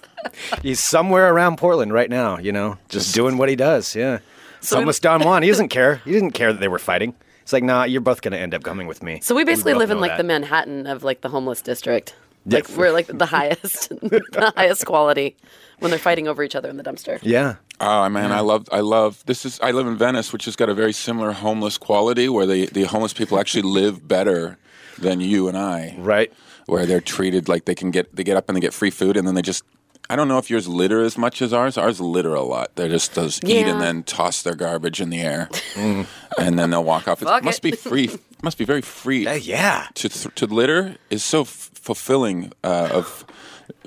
S1: he's somewhere around Portland right now. You know, just doing what he does. Yeah, so
S2: we-
S1: homeless Don Juan. He doesn't care. He didn't care that they were fighting. It's like, nah, you're both gonna end up coming with me.
S2: So we basically
S1: both
S2: live in
S1: know
S2: like
S1: that.
S2: the Manhattan of like the homeless district.
S1: Yeah.
S2: Like we're like the highest, the highest quality when they're fighting over each other in the dumpster.
S1: Yeah,
S3: Oh man, I love I love this is I live in Venice, which has got a very similar homeless quality where the the homeless people actually live better than you and I.
S1: right.
S3: Where they're treated like they can get they get up and they get free food and then they just I don't know if yours litter as much as ours. Ours litter a lot. They just those eat
S2: Yeah.
S3: and then toss their garbage in the air, Mm. and then they'll walk off. It
S2: Fuck
S3: must be
S2: it.
S3: free. Must be very free.
S1: Eh, yeah.
S3: To th- to litter is so f- fulfilling uh, of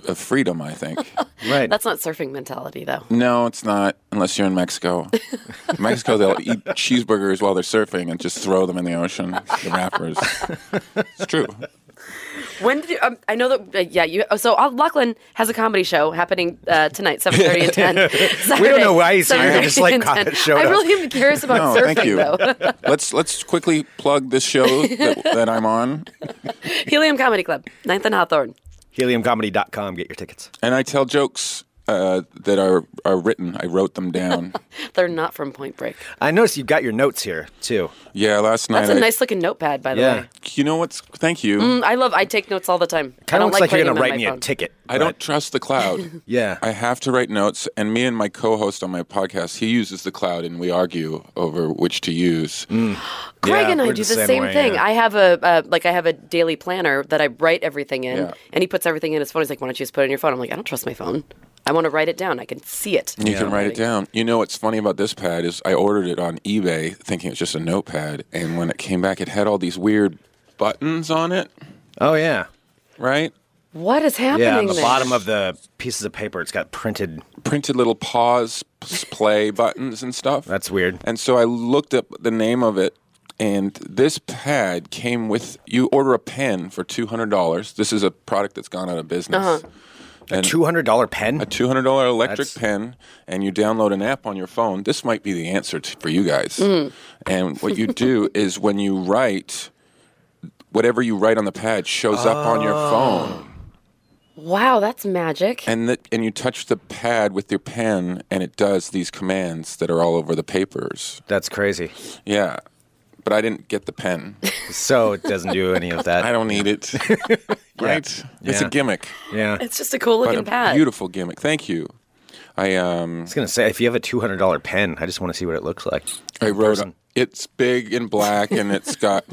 S3: of freedom. I think.
S1: Right.
S2: That's not surfing mentality though.
S3: No, it's not, unless you're in Mexico. in Mexico, they'll eat cheeseburgers while they're surfing and just throw them in the ocean, the wrappers. it's true.
S2: When did you, um, I know that? Uh, yeah, you. oh, So uh, Lachlan has a comedy show happening uh, tonight, seven thirty and ten.
S1: We don't know why he's here.
S2: Saturday,
S1: Just, like,
S2: 7:30 and
S1: God, showed
S2: I
S1: up.
S2: really am curious about
S3: No,
S2: surfing
S3: thank you.
S2: though.
S3: let's let's quickly plug this show that, that I'm on,
S2: Helium Comedy Club, 9th and Hawthorne.
S1: Heliumcomedy.com. Get your tickets.
S3: and I tell jokes uh, that are are written. I wrote them down.
S2: They're not from Point Break.
S1: I noticed you've got your notes here too.
S3: Yeah, last night.
S2: That's a
S3: I-
S2: nice looking notepad, by the
S1: Yeah.
S2: way.
S3: You know what's? Thank you.
S2: Mm, I love. I take notes all the time. I
S1: Kind of
S2: don't
S1: looks like, you're
S2: putting
S1: gonna
S2: them in
S1: write
S2: my
S1: me
S2: phone.
S1: a ticket.
S3: I don't trust the cloud.
S1: Yeah.
S3: I have to write notes, and me and my co-host on my podcast, he uses the cloud, and we argue over which to use.
S2: Greg
S1: Yeah,
S2: and I
S1: we're
S2: do
S1: the
S2: the same,
S1: same way,
S2: thing.
S1: yeah.
S2: I have a uh, like I have a daily planner that I write everything in,
S3: Yeah.
S2: and he puts everything in his phone. He's like, "Why don't you just put it in your phone?" I'm like, "I don't trust my phone. I want to write it down. I can see it."
S3: You can write it down. You know what's funny about this pad is I ordered it on eBay thinking it was just a notepad, and when it came back, it had all these weird buttons on it,
S1: Oh yeah.
S3: right?
S2: What is happening?
S1: Yeah. On the
S2: there?
S1: bottom of the pieces of paper, it's got printed.
S3: Printed little pause, s- play buttons and stuff.
S1: That's weird.
S3: And so I looked up the name of it, and this pad came with you order a pen for two hundred dollars. This is a product that's gone out of business. And
S1: Two hundred dollar pen.
S3: a two hundred dollar electric
S1: That's-
S3: pen, and you download an app on your phone. This might be the answer to, for you guys. And what you do is when you write, whatever you write on the pad shows up on your phone,
S2: Wow, that's magic.
S3: and that and you touch the pad with your pen, and it does these commands that are all over the papers.
S1: That's crazy.
S3: Yeah, but I didn't get the pen.
S1: So it doesn't do any of that.
S3: I don't need it. right? It's
S1: Yeah.
S3: a gimmick,
S1: yeah. I
S2: it's just a cool
S3: but
S2: looking
S3: a
S2: pad.
S3: beautiful gimmick. Thank you. I um.
S1: was gonna say if you have a two hundred dollar pen, I just want to see what it looks like.
S3: I wrote.
S1: person.
S3: It's big and black, and it's got.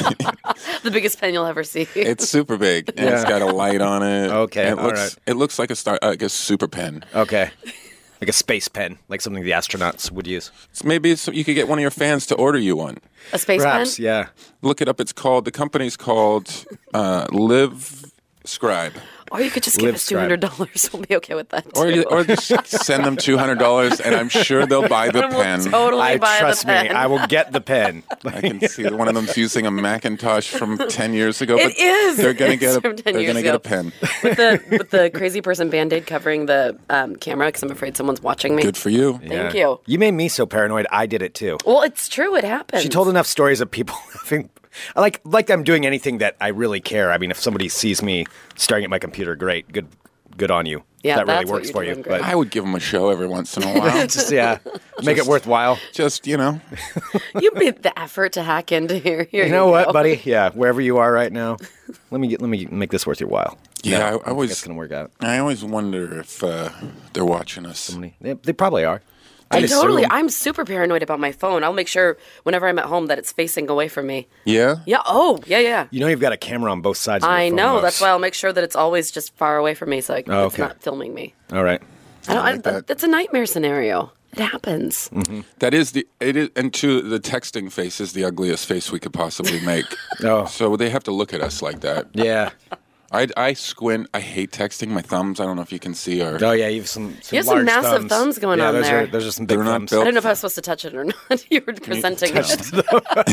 S2: The biggest pen you'll ever see.
S3: It's super big. And It's
S1: Yeah.
S3: got a light on it.
S1: Okay,
S3: It
S1: all
S3: looks
S1: right.
S3: it looks like a star like a super pen.
S1: Okay. Like a space pen, like something the astronauts would use.
S3: It's- maybe it's, you could get one of your fans to order you one.
S2: a space
S1: Perhaps,
S2: pen.
S1: yeah.
S3: Look it up. It's called the company's called uh, Live Scribe.
S2: Or you could just give
S1: Live
S2: us two
S1: scribe.
S2: hundred dollars. We'll be okay with that.
S3: Or,
S2: too.
S3: or just send them two hundred dollars, and I'm sure they'll buy the
S2: And we'll
S3: pen.
S2: totally
S1: I
S2: buy
S1: trust
S2: the
S1: me,
S2: pen.
S1: I will get the pen.
S3: I can see that one of them's using a Macintosh from ten years ago.
S2: It is.
S3: They're gonna
S2: It's
S3: get a.
S2: from 10
S3: They're
S2: years
S3: gonna get
S2: ago.
S3: a pen.
S2: with the with the crazy person band aid covering the um, camera because I'm afraid someone's watching me.
S3: Good for you.
S2: Thank
S1: Yeah.
S2: you.
S1: You made me so paranoid. I did it too.
S2: Well, it's true. It happened.
S1: She told enough stories of people having. I like like I'm doing anything that I really care. I mean, if somebody sees me staring at my computer, great, good, good on you.
S2: Yeah,
S1: that really
S2: that's what
S1: works
S2: you're
S1: for you.
S2: doing great.
S3: I would give them a show every once in a while.
S1: But just yeah, make it worthwhile.
S3: Just you know,
S2: you made the effort to hack into here. Here
S1: You know what,
S2: go.
S1: buddy? Yeah, wherever you are right now, let me get, let me make this worth your while.
S3: Yeah, I- I
S1: don't think
S3: was-
S1: that's gonna work out.
S3: I always wonder if uh, they're watching us.
S1: They, they probably are. I
S2: I totally.
S1: assume.
S2: I'm super paranoid about my phone. I'll make sure whenever I'm at home that it's facing away from me.
S3: Yeah.
S2: Yeah. Oh, yeah, yeah.
S1: You know, you've got a camera on both sides. Of your
S2: I
S1: phone
S2: know.
S1: most.
S2: That's why I'll make sure that it's always just far away from me, so I,
S1: Oh,
S2: it's
S1: okay.
S2: not filming me.
S1: All right.
S2: I don't. I
S3: like that.
S2: That's a nightmare scenario. It happens.
S1: Mm-hmm.
S3: That is the it is, and two the texting face is the ugliest face we could possibly make.
S1: Oh.
S3: So they have to look at us like that.
S1: Yeah.
S3: I, I squint. I hate texting. My thumbs. I don't know if you can see. Are
S1: Oh yeah, you have some. some
S2: You have some
S1: large
S2: massive
S1: thumbs.
S2: thumbs going
S1: yeah,
S2: on
S1: those
S2: there.
S1: Are, those are some big
S3: They're not
S1: thumbs.
S3: built-
S2: I don't know if I was supposed to touch it or not. you were presenting it.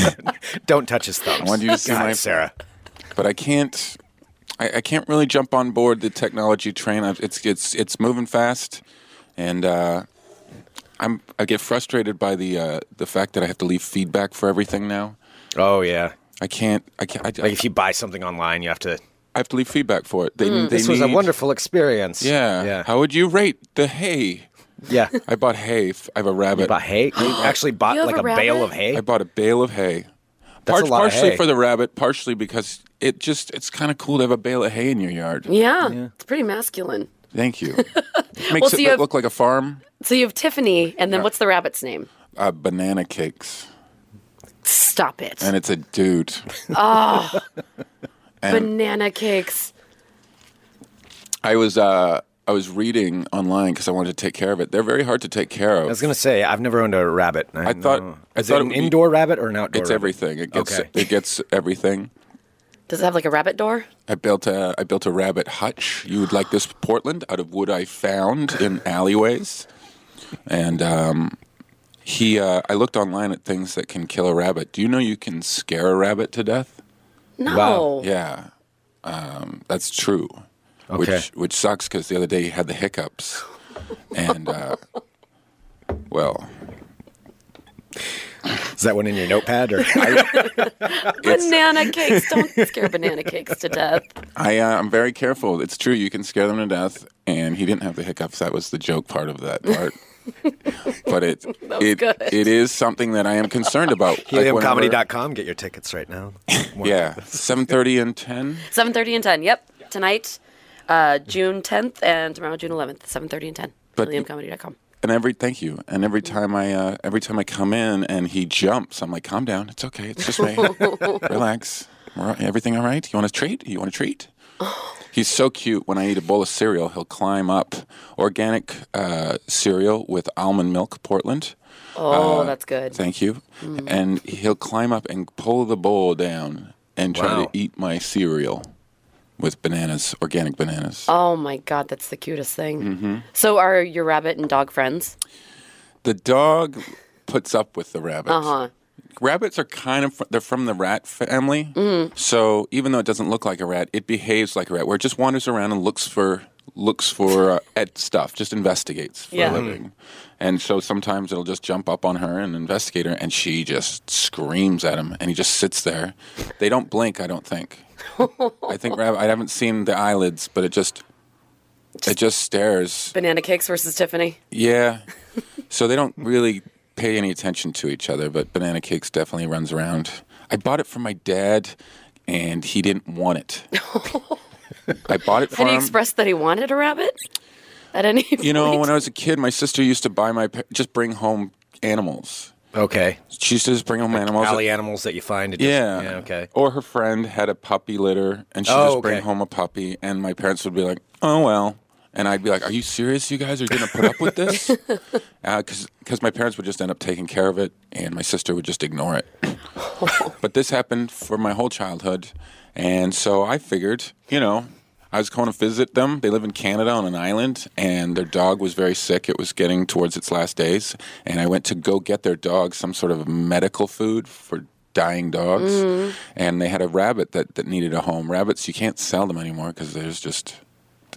S1: Don't touch his thumbs.
S3: I want you to see
S1: God,
S3: my
S1: Sarah.
S3: But I can't. I, I can't really jump on board the technology train. I- It's it's it's moving fast, and uh, I'm I get frustrated by the uh, the fact that I have to leave feedback for everything now.
S1: Oh yeah.
S3: I can't. I can't. I,
S1: Like if you buy something online, you have to.
S3: I have to leave feedback for it. They, they
S1: This was a
S3: need-
S1: wonderful experience.
S3: Yeah.
S1: Yeah.
S3: How would you rate the hay?
S1: yeah.
S3: I bought hay. f- I have a rabbit.
S1: But hay. You actually bought
S2: You have
S1: like
S2: a
S1: a, bale
S2: rabbit?
S1: of hay.
S3: I bought a bale of hay.
S1: That's a lot of
S3: partially
S1: hay.
S3: for the rabbit, partially because it just it's kind of cool to have a bale of hay in your yard.
S2: Yeah, it's pretty masculine.
S3: Thank you. Makes
S2: Well, so
S3: it
S2: you have-
S3: look like a farm.
S2: So you have Tiffany, and then what's the rabbit's name?
S3: Uh, banana cakes,
S2: Stop it.
S3: and it's a dude. Oh. and
S2: Banana cakes.
S3: I was uh, I was reading online because I wanted to take care of it. They're very hard to take care of.
S1: I was gonna say I've never owned a rabbit. I,
S3: I thought-
S1: know.
S3: I
S1: is
S3: thought it
S1: it an
S3: would be-
S1: indoor rabbit or an outdoor?
S3: it's
S1: rabbit?
S3: everything. It gets
S1: Okay.
S3: it gets everything.
S2: Does it have like a rabbit door?
S3: I built a I built a rabbit hutch. You would like this Portland out of wood I found in alleyways, and um, he. Uh, I looked online at things that can kill a rabbit. Do you know you can scare a rabbit to death?
S2: No.
S1: Wow.
S3: Yeah, um, that's true.
S1: Okay.
S3: Which which sucks because the other day he had the hiccups, and uh, well,
S1: Is that one in your notepad or?
S2: Banana cakes. Don't scare banana cakes to death.
S3: I uh, I'm very careful. It's true you can scare them to death, and he didn't have the hiccups. That was the joke part of that part. but it it,
S2: good.
S3: it is something that I am concerned about. Like whenever-
S1: HeliumComedy.com. Get your tickets right now.
S3: Yeah, seven thirty and ten.
S2: 7:30 and 10. Yep. Tonight, uh, June 10th, and tomorrow, June 11th. 7:30 and 10.
S3: But-
S2: WilliamComedy.com.
S3: And every thank you. And every time I uh, every time I come in and he jumps, I'm like, calm down. It's okay. It's just me. Relax. We're all- everything all right? You want a treat? You want a treat? He's so cute. When I eat a bowl of cereal, he'll climb up. Organic uh, cereal with almond milk, Portland.
S2: Oh,
S1: Uh,
S2: that's good.
S3: Thank you. And he'll climb up and pull the bowl down and try
S1: Wow.
S3: to eat my cereal with bananas, organic bananas.
S2: Oh my God, that's the cutest thing.
S1: Mm-hmm.
S2: So, are your rabbit and dog friends?
S3: The dog puts up with the rabbit.
S2: Uh huh.
S3: Rabbits are kind of fr- they're from the rat family. So even though it doesn't look like a rat, it behaves like a rat where it just wanders around and looks for looks for uh, at stuff, just investigates for
S2: Yeah.
S3: a living. And so sometimes it'll just jump up on her and investigate her and she just screams at him and he just sits there. They don't blink, I don't think. I think rabbit I haven't seen the eyelids, but it just it just stares.
S2: Banana cakes versus Tiffany.
S3: Yeah. so they don't really pay any attention to each other, but Banana Cakes definitely runs around. I bought it for my dad, and he didn't want it. I bought it for
S2: Did he
S3: him.
S2: express that he wanted a rabbit? At any
S3: you know,
S2: point?
S3: when I was a kid, my sister used to buy my pa- just bring home animals.
S1: Okay.
S3: She used to just bring home animals.
S1: Alley animals that you find. it just-
S3: Yeah.
S1: yeah. Okay.
S3: Or her friend had a puppy litter, and she'd
S1: Oh,
S3: just bring
S1: okay.
S3: home a puppy, and my parents would be like, "Oh well," and I'd be like, "Are you serious? You guys are gonna put up with this?" Because because my parents would just end up taking care of it, and my sister would just ignore it. but this happened for my whole childhood, and so I figured, you know. I was going to visit them. They live in Canada on an island, and their dog was very sick. It was getting towards its last days, and I went to go get their dog some sort of medical food for dying dogs, and they had a rabbit that, that needed a home. Rabbits, you can't sell them anymore because there's just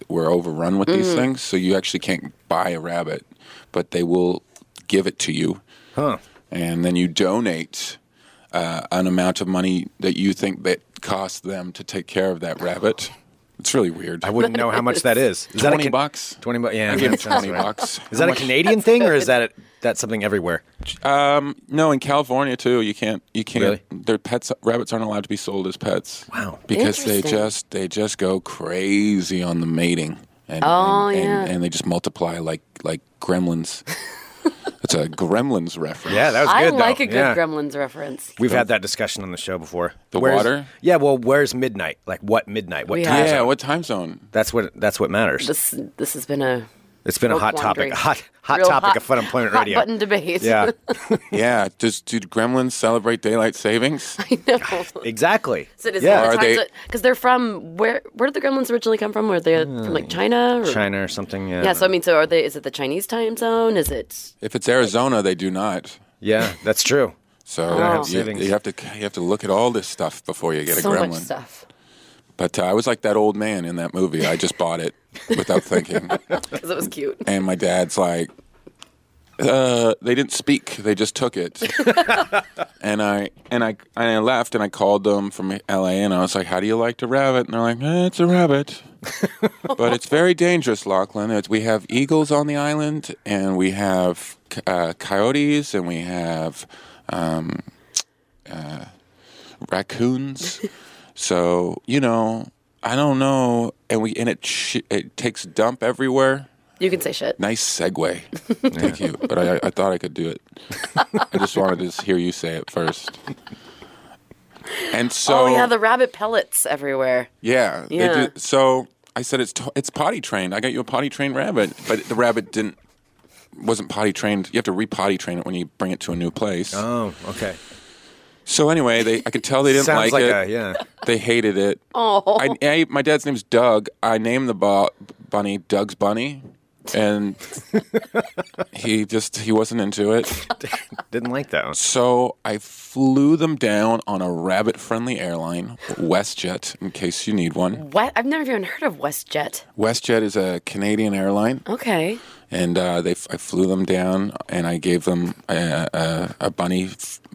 S3: we're overrun with these things, so you actually can't buy a rabbit, but they will give it to you,
S1: Huh.
S3: and then you donate uh, an amount of money that you think that cost them to take care of that rabbit. It's really weird.
S1: I wouldn't know how much that is. Is that a
S3: 20 bucks.
S1: Twenty bucks. Yeah,
S3: I gave
S1: that
S3: him
S1: sounds
S3: twenty
S1: right.
S3: bucks.
S1: Is that a Canadian thing or is that that's something everywhere?
S3: Um, no, in California too, you can't. You can't.
S1: Really?
S3: Their pets, rabbits, aren't allowed to be sold as pets.
S1: Wow.
S3: Because they
S2: Interesting.
S3: just they just go crazy on the mating, and
S2: Oh,
S3: and,
S2: yeah.
S3: and, and they just multiply like like gremlins. That's a Gremlins reference.
S1: Yeah, that was
S2: I
S1: good. though.
S2: like a good
S1: Yeah.
S2: Gremlins reference.
S1: We've had that discussion on the show before.
S3: The water?
S1: Yeah. Well, where's midnight? Like what midnight? What
S2: We
S1: time?
S2: have-
S3: Yeah, what time zone?
S1: That's what. That's what matters.
S2: This this has been a
S1: it's been a
S2: real
S1: hot
S2: quandary.
S1: topic. Hot hot
S2: Real
S1: topic
S2: hot-
S1: of fun employment
S2: hot
S1: radio.
S2: button debate.
S1: Yeah.
S3: Yeah, does do Gremlins celebrate daylight savings?
S1: exactly.
S2: So does
S1: yeah.
S3: Are
S2: yeah,
S3: they-
S2: because they... are from where? Where did the Gremlins originally come from? Were they from like China? Or...
S1: Hmm. China or something. Yeah.
S2: Yeah. So I mean, so are they? Is it the Chinese time zone? Is it?
S3: If it's Arizona, they do not.
S1: yeah. That's true.
S3: So
S1: don't have
S3: you,
S1: savings.
S3: you have to you have to look at all this stuff before you get
S2: so
S3: a gremlin.
S2: much stuff.
S3: But uh, I was like that old man in that movie. I just bought it without thinking.
S2: Because it was cute.
S3: And my dad's like, uh, they didn't speak. They just took it. and I and I and I left and I called them from LA and I was like, "How do you like the rabbit?" And they're like, eh, "It's a rabbit." but it's very dangerous, Lachlan. It's, we have eagles on the island and we have uh, coyotes and we have um, uh, raccoons. so, you know, I don't know and we and it sh- it takes dump everywhere.
S2: You can say shit.
S3: Nice segue. Thank you. But I, I thought I could do it. I just wanted to s- hear you say it first. And so,
S2: oh yeah, the rabbit pellets everywhere.
S3: yeah, they
S2: Yeah.
S3: do- so I said it's to- it's potty trained. I got you a potty trained rabbit, but the rabbit didn't wasn't potty trained. You have to re potty train it when you bring it to a new place.
S1: Oh. Okay.
S3: So anyway, they I could tell they didn't like,
S1: Sounds
S3: it.
S1: like, a yeah.
S3: They hated it.
S2: Oh.
S3: I, I- my dad's name's Doug. I named the bu- bunny Doug's Bunny, and he just he wasn't into it.
S1: Didn't like that one.
S3: So I flew them down on a rabbit-friendly airline, WestJet, in case you need one.
S2: What? I've never even heard of WestJet.
S3: WestJet is a Canadian airline,
S2: Okay.
S3: and uh, they I flew them down, and I gave them a, a, a bunny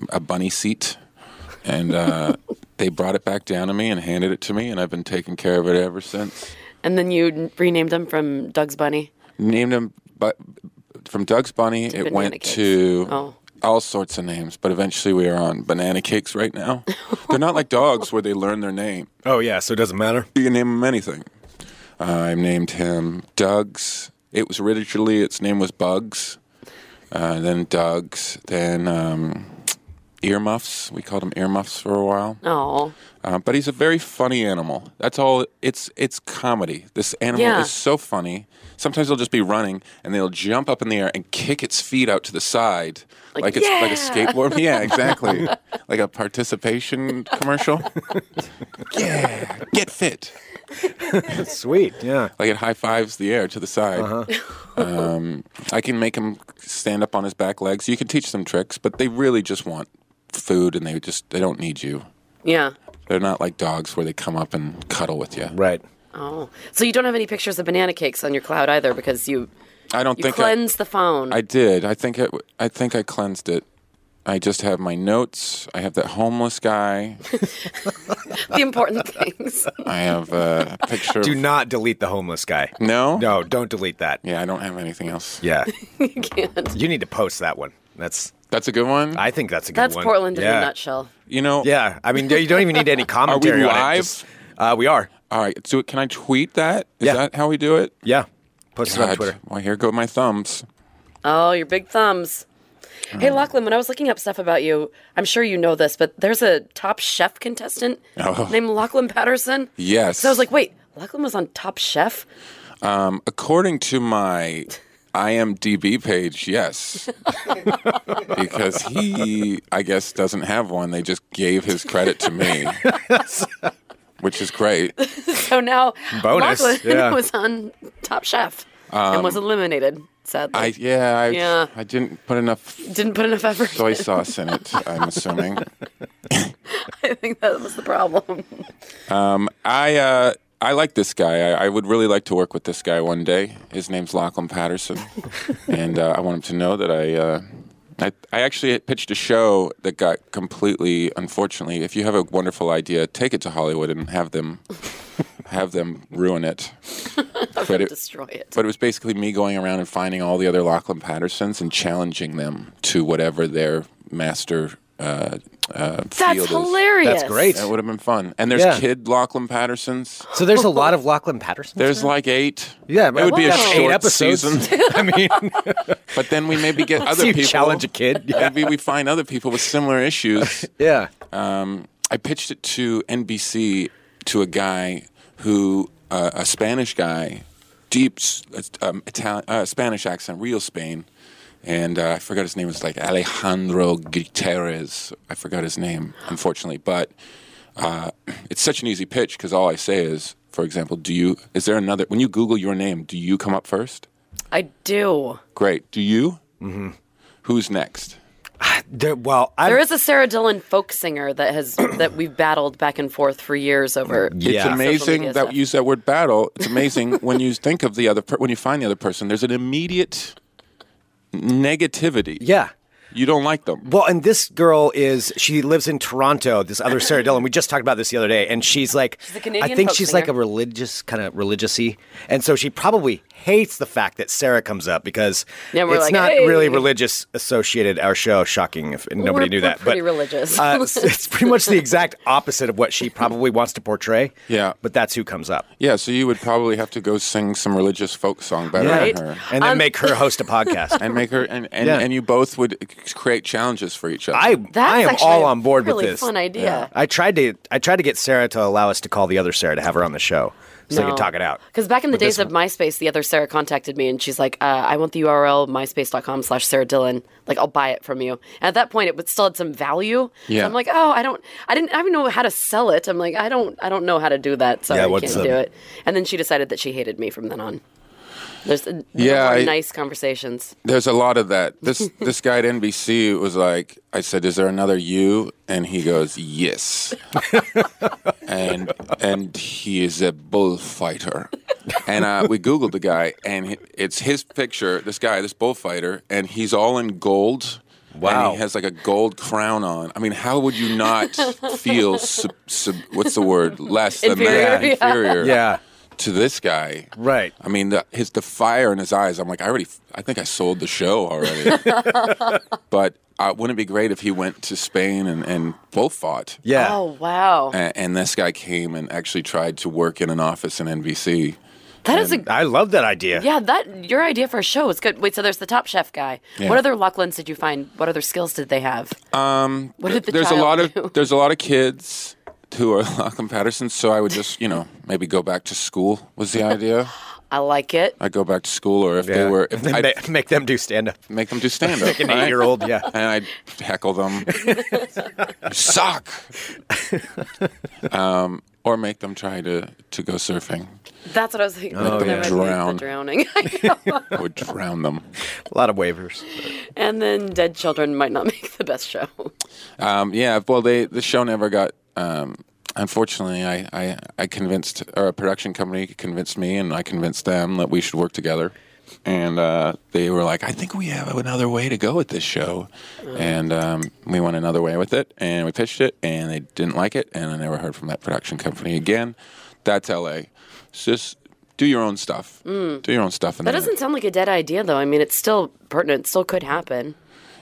S3: a bunny seat, and uh, they brought it back down to me and handed it to me, and I've been taking care of it ever since.
S2: And then you n- renamed them from Doug's Bunny.
S3: named him but from Doug's Bunny it
S2: Banana
S3: went
S2: Cakes.
S3: to
S2: Oh.
S3: all sorts of names but eventually we are on banana cakes right now they're not like dogs where they learn their name
S1: Oh yeah. So it doesn't matter.
S3: you can name him anything Uh, I named him Doug's it was originally its name was Bugs uh, then Doug's then um, Earmuffs we called him Earmuffs for a while
S2: Oh.
S3: uh, but he's a very funny animal. That's all. It's it's comedy. This animal
S2: Yeah.
S3: is so funny. Sometimes they'll just be running and they'll jump up in the air and kick its feet out to the side, like, it's like a
S2: "Yeah!"
S3: skateboard. yeah, exactly. like a participation commercial. yeah, get fit.
S1: Sweet. Yeah.
S3: Like it high fives the air to the side.
S1: Uh-huh.
S3: um, I can make him stand up on his back legs. You can teach them tricks, but they really just want food and they just they don't need you.
S2: Yeah.
S3: They're not like dogs where they come up and cuddle with you.
S1: Right.
S2: Oh. So you don't have any pictures of banana cakes on your cloud either because you
S3: I don't
S2: you
S3: think
S2: cleanse the phone.
S3: I, I did. I think it, I think I cleansed it. I just have my notes. I have that homeless guy.
S2: the important things.
S3: I have uh, a picture. of-
S1: Do not delete the homeless guy.
S3: no.
S1: No, don't delete that.
S3: Yeah, I don't have anything else.
S1: Yeah.
S2: you can't.
S1: You need to post that one. That's
S3: That's a good one.
S1: I think that's a good
S2: That's
S1: one.
S2: Portland in
S1: yeah.
S2: a nutshell.
S3: you know.
S1: Yeah. I mean, you don't even need any commentary on
S3: live?
S1: it. Just- uh, we are.
S3: All right. So can I tweet that? Is
S1: Yeah.
S3: that how we do it?
S1: Yeah. Post it on
S3: God,
S1: Twitter.
S3: Well, here go my thumbs.
S2: Oh, your big thumbs. Hey,
S3: Uh-huh.
S2: Lachlan, when I was looking up stuff about you, I'm sure you know this, but there's a top chef contestant
S3: Oh.
S2: named Lachlan Patterson.
S3: Yes.
S2: So I was like, wait, Lachlan was on Top Chef?
S3: Um, according to my IMDb page, yes, because he, I guess, doesn't have one. They just gave his credit to me. which is great.
S2: So now
S1: Bonus,
S2: Lachlan
S1: yeah.
S2: was on Top Chef and was eliminated. Sadly,
S3: Um, I yeah, I
S2: Yeah.
S3: I didn't put enough
S2: didn't put enough effort.
S3: soy sauce in it. I'm assuming.
S2: I think that was the problem.
S3: I uh, I like this guy. I, I would really like to work with this guy one day. His name's Lachlan Patterson, and uh, I want him to know that I. Uh, I, I actually had pitched a show that got completely, unfortunately. If you have a wonderful idea, take it to Hollywood and have them, have them ruin it. but it,
S2: Destroy it.
S3: but it was basically me going around and finding all the other Lachlan Pattersons and challenging them to whatever their master uh, uh,
S2: That's
S3: field
S2: hilarious.
S1: That's great.
S3: is. That would have been fun. And there's
S1: Yeah.
S3: kid Lachlan Pattersons.
S1: So there's a lot of Lachlan Patterson.
S3: There's like eight.
S1: yeah,
S3: it would be a
S2: Wow.
S3: short
S1: eight episodes.
S3: season.
S1: I mean,
S3: But then we maybe get other
S1: so you
S3: people.
S1: challenge a kid. Yeah,
S3: Maybe we find other people with similar issues.
S1: yeah.
S3: Um, I pitched it to NBC to a guy who, uh, a Spanish guy, deep s- um, Italian, uh, Spanish accent, real Spain. And uh, I forgot his name. It was like Alejandro Gutierrez. I forgot his name, unfortunately. But uh, it's such an easy pitch because all I say is, for example, do you, is there another, when you Google your name, do you come up first?
S2: I do.
S3: Great. Do you? Mm-hmm. Who's next?
S1: There- well, I
S2: There is a Sarah Dillon folk singer that has that we've battled back and forth for years over.
S1: Yeah.
S3: It's
S1: Social
S3: amazing
S2: media
S3: that
S2: stuff.
S3: you use that word battle. It's amazing when you think of the other, per- when you find the other person, there's an immediate negativity.
S1: yeah.
S3: You don't like them.
S1: Well, and this girl is she lives in Toronto. This other Sarah Dillon. We just talked about this the other day, and she's like,
S2: a Canadian
S1: I think
S2: folk
S1: she's
S2: singer.
S1: like a religious kind of religiousy, and so she probably hates the fact that Sarah comes up because
S2: Yeah, we're
S1: it's
S2: like,
S1: not
S2: "Hey."
S1: really religious associated. Our show, shocking if nobody
S2: We're-
S1: knew that.
S2: we're pretty
S1: but
S2: religious.
S1: uh, it's- it's pretty much the exact opposite of what she probably wants to portray.
S3: Yeah.
S1: but that's who comes up,
S3: Yeah, so you would probably have to go sing some religious folk song better
S2: Right. Um,
S3: than her.
S1: and then make her host a podcast.
S3: And make her, and, and,
S1: Yeah.
S3: and you both would create challenges for each other.
S1: I
S2: That's
S1: I am
S2: actually
S1: all
S2: a
S1: on board
S2: really
S1: with this.
S2: fun idea.
S1: I tried to I tried to get Sarah to allow us to call the other Sarah to have her on the show so they could talk it out.
S2: Because back in the
S1: But this
S2: days of MySpace, the other Sarah contacted me and she's like, uh, I want the URL myspace.com slash Sarah Dillon. Like, I'll buy it from you. And at that point, it would still had some value. So
S3: Yeah.
S2: I'm like, oh, I don't, I didn't, I don't know how to sell it. I'm like, I don't, I don't know how to do that. So
S1: Yeah,
S2: I
S1: what's
S2: can't
S1: the-
S2: do it. And then she decided that she hated me from then on. There's uh,
S3: Yeah,
S2: more
S3: I-
S2: nice conversations.
S3: There's a lot of that. This this guy at NBC was like, I said, "Is there another you?" And he goes, "Yes." and and he is a bullfighter. And uh, we googled the guy, and hi- it's his picture. This guy, this bullfighter, and he's all in gold. And
S1: Wow.
S3: he has like a gold crown on. I mean, how would you not feel sub, sub, what's the word less
S2: Inferior,
S3: than that
S2: yeah.
S3: inferior
S1: Yeah.
S3: to this guy?
S1: Right.
S3: I mean, the, his the fire in his eyes. I'm like, I already, I think I sold the show already. but uh, wouldn't it be great if he went to Spain and and both fought?
S1: Yeah.
S2: Oh, wow.
S3: And, and this guy came and actually tried to work in an office in NBC.
S2: That is a,
S1: I love that idea.
S2: yeah, that, your idea for a show is good. Wait, so there's the Top Chef guy. What other Lachlan's did you find? What other skills did they have?
S3: Um,
S2: What did the
S3: there's a
S2: child
S3: lot of
S2: do?
S3: there's a lot of kids who are Lachlan Patterson. So I would just you know maybe go back to school was the idea.
S2: I like it.
S3: I would go back to school, or if they were, if
S1: Then
S3: I'd
S1: ma- make them do stand up.
S3: make them do stand up.
S1: An eight year old, yeah.
S3: and I'd heckle them. you suck. um, or make them try to, to go surfing.
S2: That's what I was thinking.
S3: Oh,
S2: That
S3: yeah.
S2: might be
S3: Drown.
S2: The drowning. I know.
S3: I would drown them.
S1: A lot of waivers.
S2: and then dead children might not make the best show.
S3: Um, yeah, well, they the show never got. Um, unfortunately, I, I, I convinced, or a production company convinced me, and I convinced them that we should work together. And uh, they were like, I think we have another way to go with this show.
S2: Mm.
S3: And um, we went another way with it, and we pitched it, and they didn't like it, and I never heard from that production company again. That's LA. It's just do your own stuff. Do your own stuff. And
S2: Mm. That
S3: then-
S2: doesn't sound like a dead idea, though. I mean, it's still pertinent. It still could happen.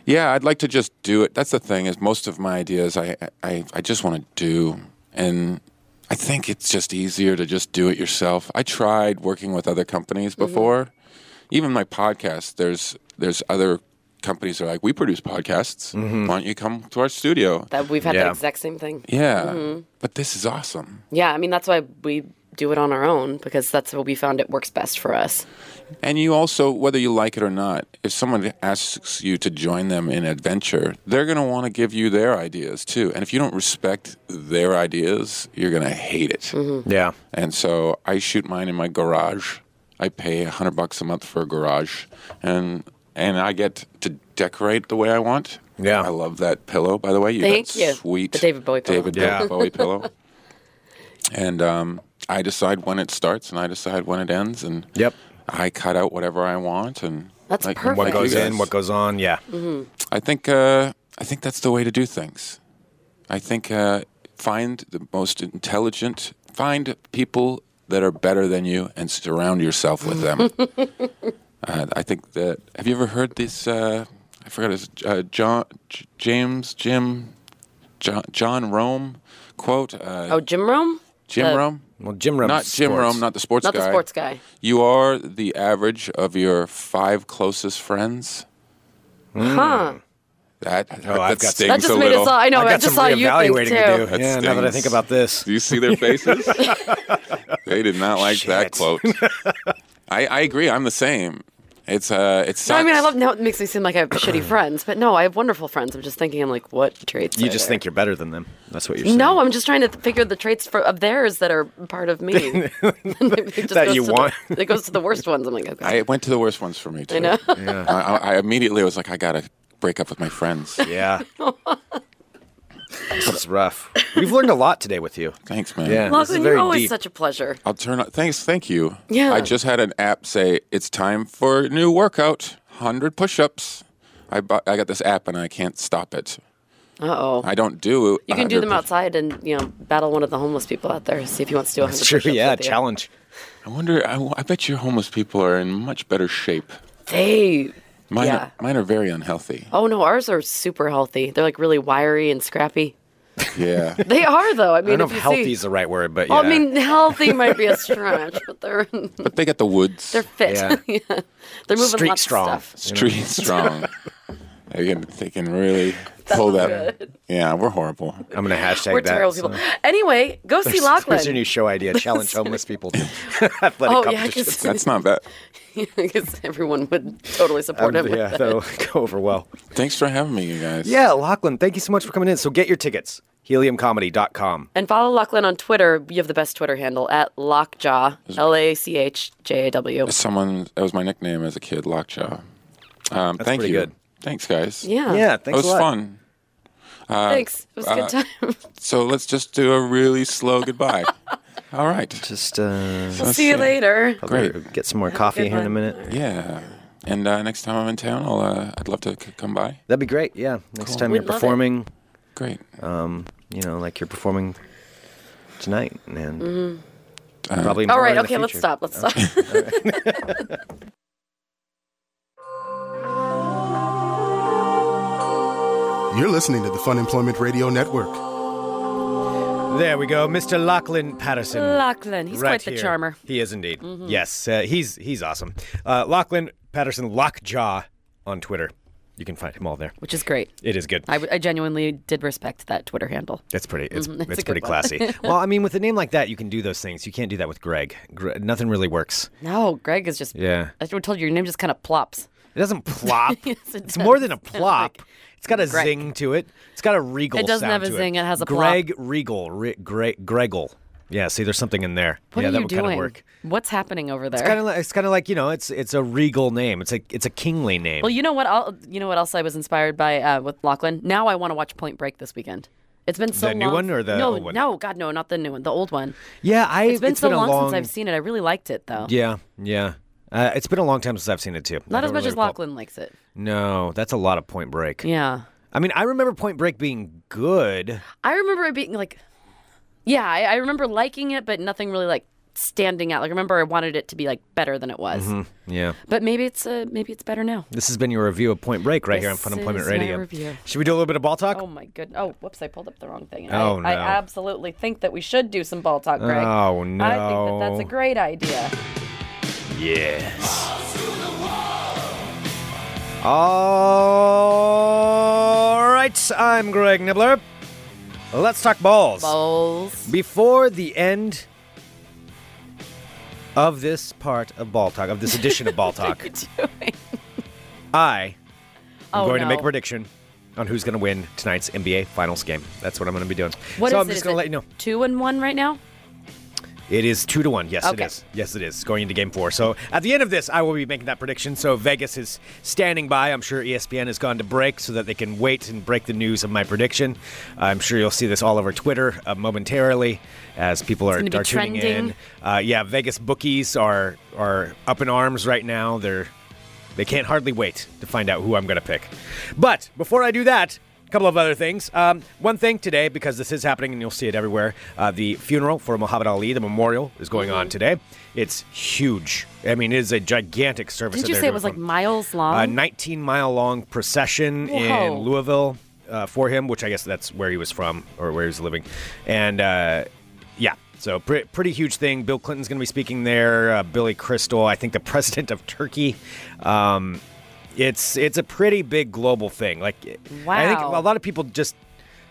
S3: Yeah, I'd like to just do it. That's the thing is most of my ideas I I, I just want to do and I think it's just easier to just do it yourself. I tried working with other companies before. Even my podcast, there's there's other companies that are like, We produce podcasts. Why don't you come to our studio?
S2: That we've had the
S1: Yeah.
S2: exact same thing.
S3: yeah. But this is awesome.
S2: Yeah, I mean, that's why we do it on our own because that's what we found it works best for us.
S3: And you also, whether you like it or not, if someone asks you to join them in adventure, they're going to want to give you their ideas too. And if you don't respect their ideas, you're going to hate it.
S2: Mm-hmm.
S1: Yeah.
S3: And so I shoot mine in my garage. I pay a hundred bucks a month for a garage, and and I get to decorate the way I want.
S1: Yeah.
S3: I love that pillow. By the way, you
S2: Thank
S3: got
S2: you.
S3: sweet
S2: The David Bowie pillow.
S3: David
S1: Yeah.
S3: Bowie pillow. And um, I decide when it starts, and I decide when it ends, and
S1: Yep.
S3: I cut out whatever I want, and
S2: That's perfect.
S1: What
S2: Like
S1: goes
S3: you
S1: in,
S3: guys.
S1: what goes on. Yeah.
S2: Mm.
S3: I think uh, I think that's the way to do things. I think uh, find the most intelligent, find people that are better than you, and surround yourself with them. uh, I think that. Have you ever heard this? Uh, I forgot his uh, John, J- James, Jim, John, John Rome quote. Uh,
S2: Oh, Jim Rome?
S3: Jim
S2: uh,
S3: Rome.
S1: Well, Jim Rome.
S3: Not Jim
S1: sports.
S3: Rome, not the sports
S2: Not
S3: guy.
S2: the sports guy.
S3: You are the average of your five closest friends.
S2: Huh.
S3: That
S1: Oh,
S3: that
S1: I've got some-
S3: stings
S2: That just
S3: a
S2: made
S3: little.
S2: us all. I know.
S1: I
S2: I,
S1: got
S2: just
S1: some
S2: saw you think
S1: reevaluating
S2: too.
S1: to do.
S3: That
S1: yeah, now that I
S3: stings.
S1: think about this.
S3: Do you see their faces? they did not like that
S1: Shit.
S3: quote. I, I agree. I'm the same. It's uh, it
S2: No,
S3: sucks.
S2: I mean, I love now. It makes me seem like I have shitty friends, but no, I have wonderful friends. I'm just thinking, I'm like, what traits?
S1: You
S2: are
S1: just
S2: there?
S1: think you're better than them. That's what you're saying.
S2: No, I'm just trying to th- figure the traits for, of theirs that are part of me. And it just
S1: That
S2: goes
S1: you
S2: to the-
S1: want.
S2: it goes to the worst ones. I'm like, okay.
S3: I went to the worst ones for me too. I
S2: know.
S3: I, I immediately was like, I gotta break up with my friends.
S1: Yeah. this is rough. We've learned a lot today with you.
S3: Thanks, man.
S1: Yeah. this is
S2: Lachlan, you're
S1: very
S2: always
S1: deep.
S2: such a pleasure.
S3: I'll turn. On, thanks. Thank you.
S2: Yeah.
S3: I just had an app say it's time for a new workout. Hundred push-ups. I bought, I got this app and I can't stop it.
S2: Uh oh.
S3: I don't do.
S2: You can do
S3: 100
S2: them
S3: push-
S2: outside and you know battle one of the homeless people out there. See if he wants to do.
S1: That's
S2: 100
S1: true.
S2: push-ups
S1: Yeah.
S2: with you.
S1: Challenge.
S3: I wonder. I, I bet your homeless people are in much better shape.
S2: They.
S3: Mine,
S2: Yeah.
S3: are, mine are very unhealthy.
S2: Oh no, ours are super healthy. They're like really wiry and scrappy.
S3: Yeah.
S2: They are though. I
S1: I don't
S2: mean,
S1: know
S2: if
S1: if
S2: you
S1: healthy
S2: see-
S1: is the right word, but yeah.
S2: Well, I mean, healthy might be a stretch, but they're
S3: But they got the woods.
S2: they're fit.
S1: Yeah.
S2: Yeah. They're moving
S1: Street
S2: lots
S1: strong.
S2: of stuff.
S3: Street strong. they, can, they can really pull that. Yeah, we're horrible.
S1: I'm going to hashtag
S2: We're
S1: that.
S2: terrible
S1: so.
S2: people. Anyway, go see Lachlan.
S1: There's your new show idea. Challenge homeless people to athletic
S2: oh yeah,
S1: competitions.
S2: because
S3: That's not bad.
S2: everyone would totally support him.
S1: Um, yeah, that'll go over well.
S3: Thanks for having me, you guys.
S1: Yeah, Lachlan, thank you so much for coming in. So get your tickets, heliumcomedy.com.
S2: And follow Lachlan on Twitter. You have the best Twitter handle at Lockjaw. L A C H J A W.
S3: Someone that was my nickname as a kid, Lockjaw. Um, thank
S1: pretty
S3: you.
S1: good.
S3: Thanks, guys.
S2: Yeah.
S1: Yeah, Uh,
S3: It
S1: thanks
S3: was
S1: a lot.
S3: fun.
S2: Thanks. It was a good time.
S3: So let's just do a really slow goodbye. All right.
S1: Just uh,
S2: We'll see you later.
S3: Great.
S1: get some more coffee here in a minute.
S3: Yeah. And uh, next time I'm in town, I'll, uh, I'd love to c- come by.
S1: That'd be great. Yeah, next time
S2: We'd
S1: you're
S2: love it.
S1: performing, um,
S3: Great.
S1: you know, like you're performing tonight, and probably.
S2: Mm-hmm. All
S1: more in
S2: right.
S1: the
S2: Okay. Let's
S1: future.
S2: stop. Let's stop.
S5: You're listening to the Fun Employment Radio Network.
S1: There we go, Mr. Lachlan Patterson.
S2: Lachlan. He's
S1: right
S2: quite the
S1: here.
S2: charmer. Mm-hmm.
S1: He is indeed. Yes, uh, he's he's awesome. Uh, Lachlan Patterson Lockjaw on Twitter. You can find him all there.
S2: Which is great.
S1: It is good.
S2: I, w- I genuinely did respect that Twitter handle.
S1: It's pretty. It's,
S2: it's
S1: it's,
S2: a good
S1: pretty
S2: one.
S1: classy. well, I mean, with a name like that, you can do those things. You can't do that with Greg. Gre- nothing really works.
S2: No, Greg is just.
S1: Yeah.
S2: I told you, your name just kind of plops.
S1: It doesn't plop.
S2: Yes, it
S1: it's more
S2: does.
S1: than a plop.
S2: Like,
S1: it's got a
S2: Greg.
S1: zing to it. It's got a regal.
S2: It doesn't
S1: sound
S2: have a
S1: to
S2: zing, it has a plop.
S1: Greg Regal. Re- Greg Gregal. Yeah. See, there's something in there.
S2: What
S1: yeah,
S2: are
S1: that
S2: you
S1: would
S2: doing?
S1: kind of work.
S2: What's happening over there?
S1: Kind of like it's kind of like you know it's it's a regal name. It's a it's a kingly name.
S2: Well, you know what? I'll, you know what else I was inspired by uh, with Lachlan. Now I want to watch Point Break this weekend. It's been so
S1: The new
S2: long
S1: one or the
S2: no,
S1: old one?
S2: no, God, no, not the new one, the old one.
S1: yeah, I
S2: It's been so long, since I've seen it. I really liked it though.
S1: Yeah, yeah. Uh, it's been a long time since I've seen it too. I
S2: Not as
S1: don't
S2: much
S1: really
S2: as
S1: recall-
S2: Lachlan likes it.
S1: No, that's a lot of Point Break.
S2: Yeah,
S1: I mean, I remember Point Break being good.
S2: I remember it being like, yeah, I, I remember liking it, but nothing really like standing out. Like, I remember I wanted it to be like better than it was.
S1: Mm-hmm. Yeah.
S2: But maybe it's uh, maybe it's better now.
S1: This has been your review of Point Break right here on
S2: This
S1: Fun Employment
S2: is my
S1: Radio.
S2: review.
S1: Should we do a little bit of ball talk?
S2: Oh my good. Oh, whoops! I pulled up the wrong thing. And
S1: Oh,
S2: I, I
S1: no.
S2: absolutely think that we should do some ball talk, Greg.
S1: Oh,
S2: I think that
S1: no.
S2: that's a great idea.
S1: Yes. All right, I'm Greg Nibbler. Let's talk balls.
S2: Balls.
S1: Before the end of this part of Ball Talk, of this edition of Ball Talk,
S2: What are you doing?
S1: I am
S2: Oh,
S1: going to
S2: no.
S1: make a prediction on who's going to win tonight's NBA Finals game. That's what I'm going to be doing.
S2: What
S1: so
S2: is
S1: I'm
S2: it?
S1: just
S2: Is
S1: going to
S2: it
S1: let you know.
S2: Two and one right now.
S1: It is two to one. Yes,
S2: Okay.
S1: it is. Yes, it is. Going into game four. So at the end of this, I will be making that prediction. So Vegas is standing by. I'm sure E ESPN has gone to break so that they can wait and break the news of my prediction. I'm sure you'll see this all over Twitter uh, momentarily as people are,
S2: gonna be
S1: are tuning in.
S2: trending.
S1: Uh, yeah, Vegas bookies are are up in arms right now. They're they can't hardly wait to find out who I'm going to pick. But before I do that, a couple of other things. Um, one thing today, because this is happening and you'll see it everywhere, uh, the funeral for Muhammad Ali, the memorial, is going on today. It's huge. I mean, it is a gigantic service.
S2: Didn't
S1: that
S2: you
S1: they're
S2: say it
S1: doing
S2: was
S1: for
S2: like
S1: him.
S2: miles long?
S1: A 19 mile long procession in
S2: Whoa.
S1: Louisville uh, for him, which I guess that's where he was from or where he was living. And uh, yeah, so pre- pretty huge thing. Bill Clinton's going to be speaking there. Uh, Billy Crystal, I think the president of Turkey. Um, it's it's a pretty big global thing. Like, I think
S2: Wow.
S1: a lot of people just.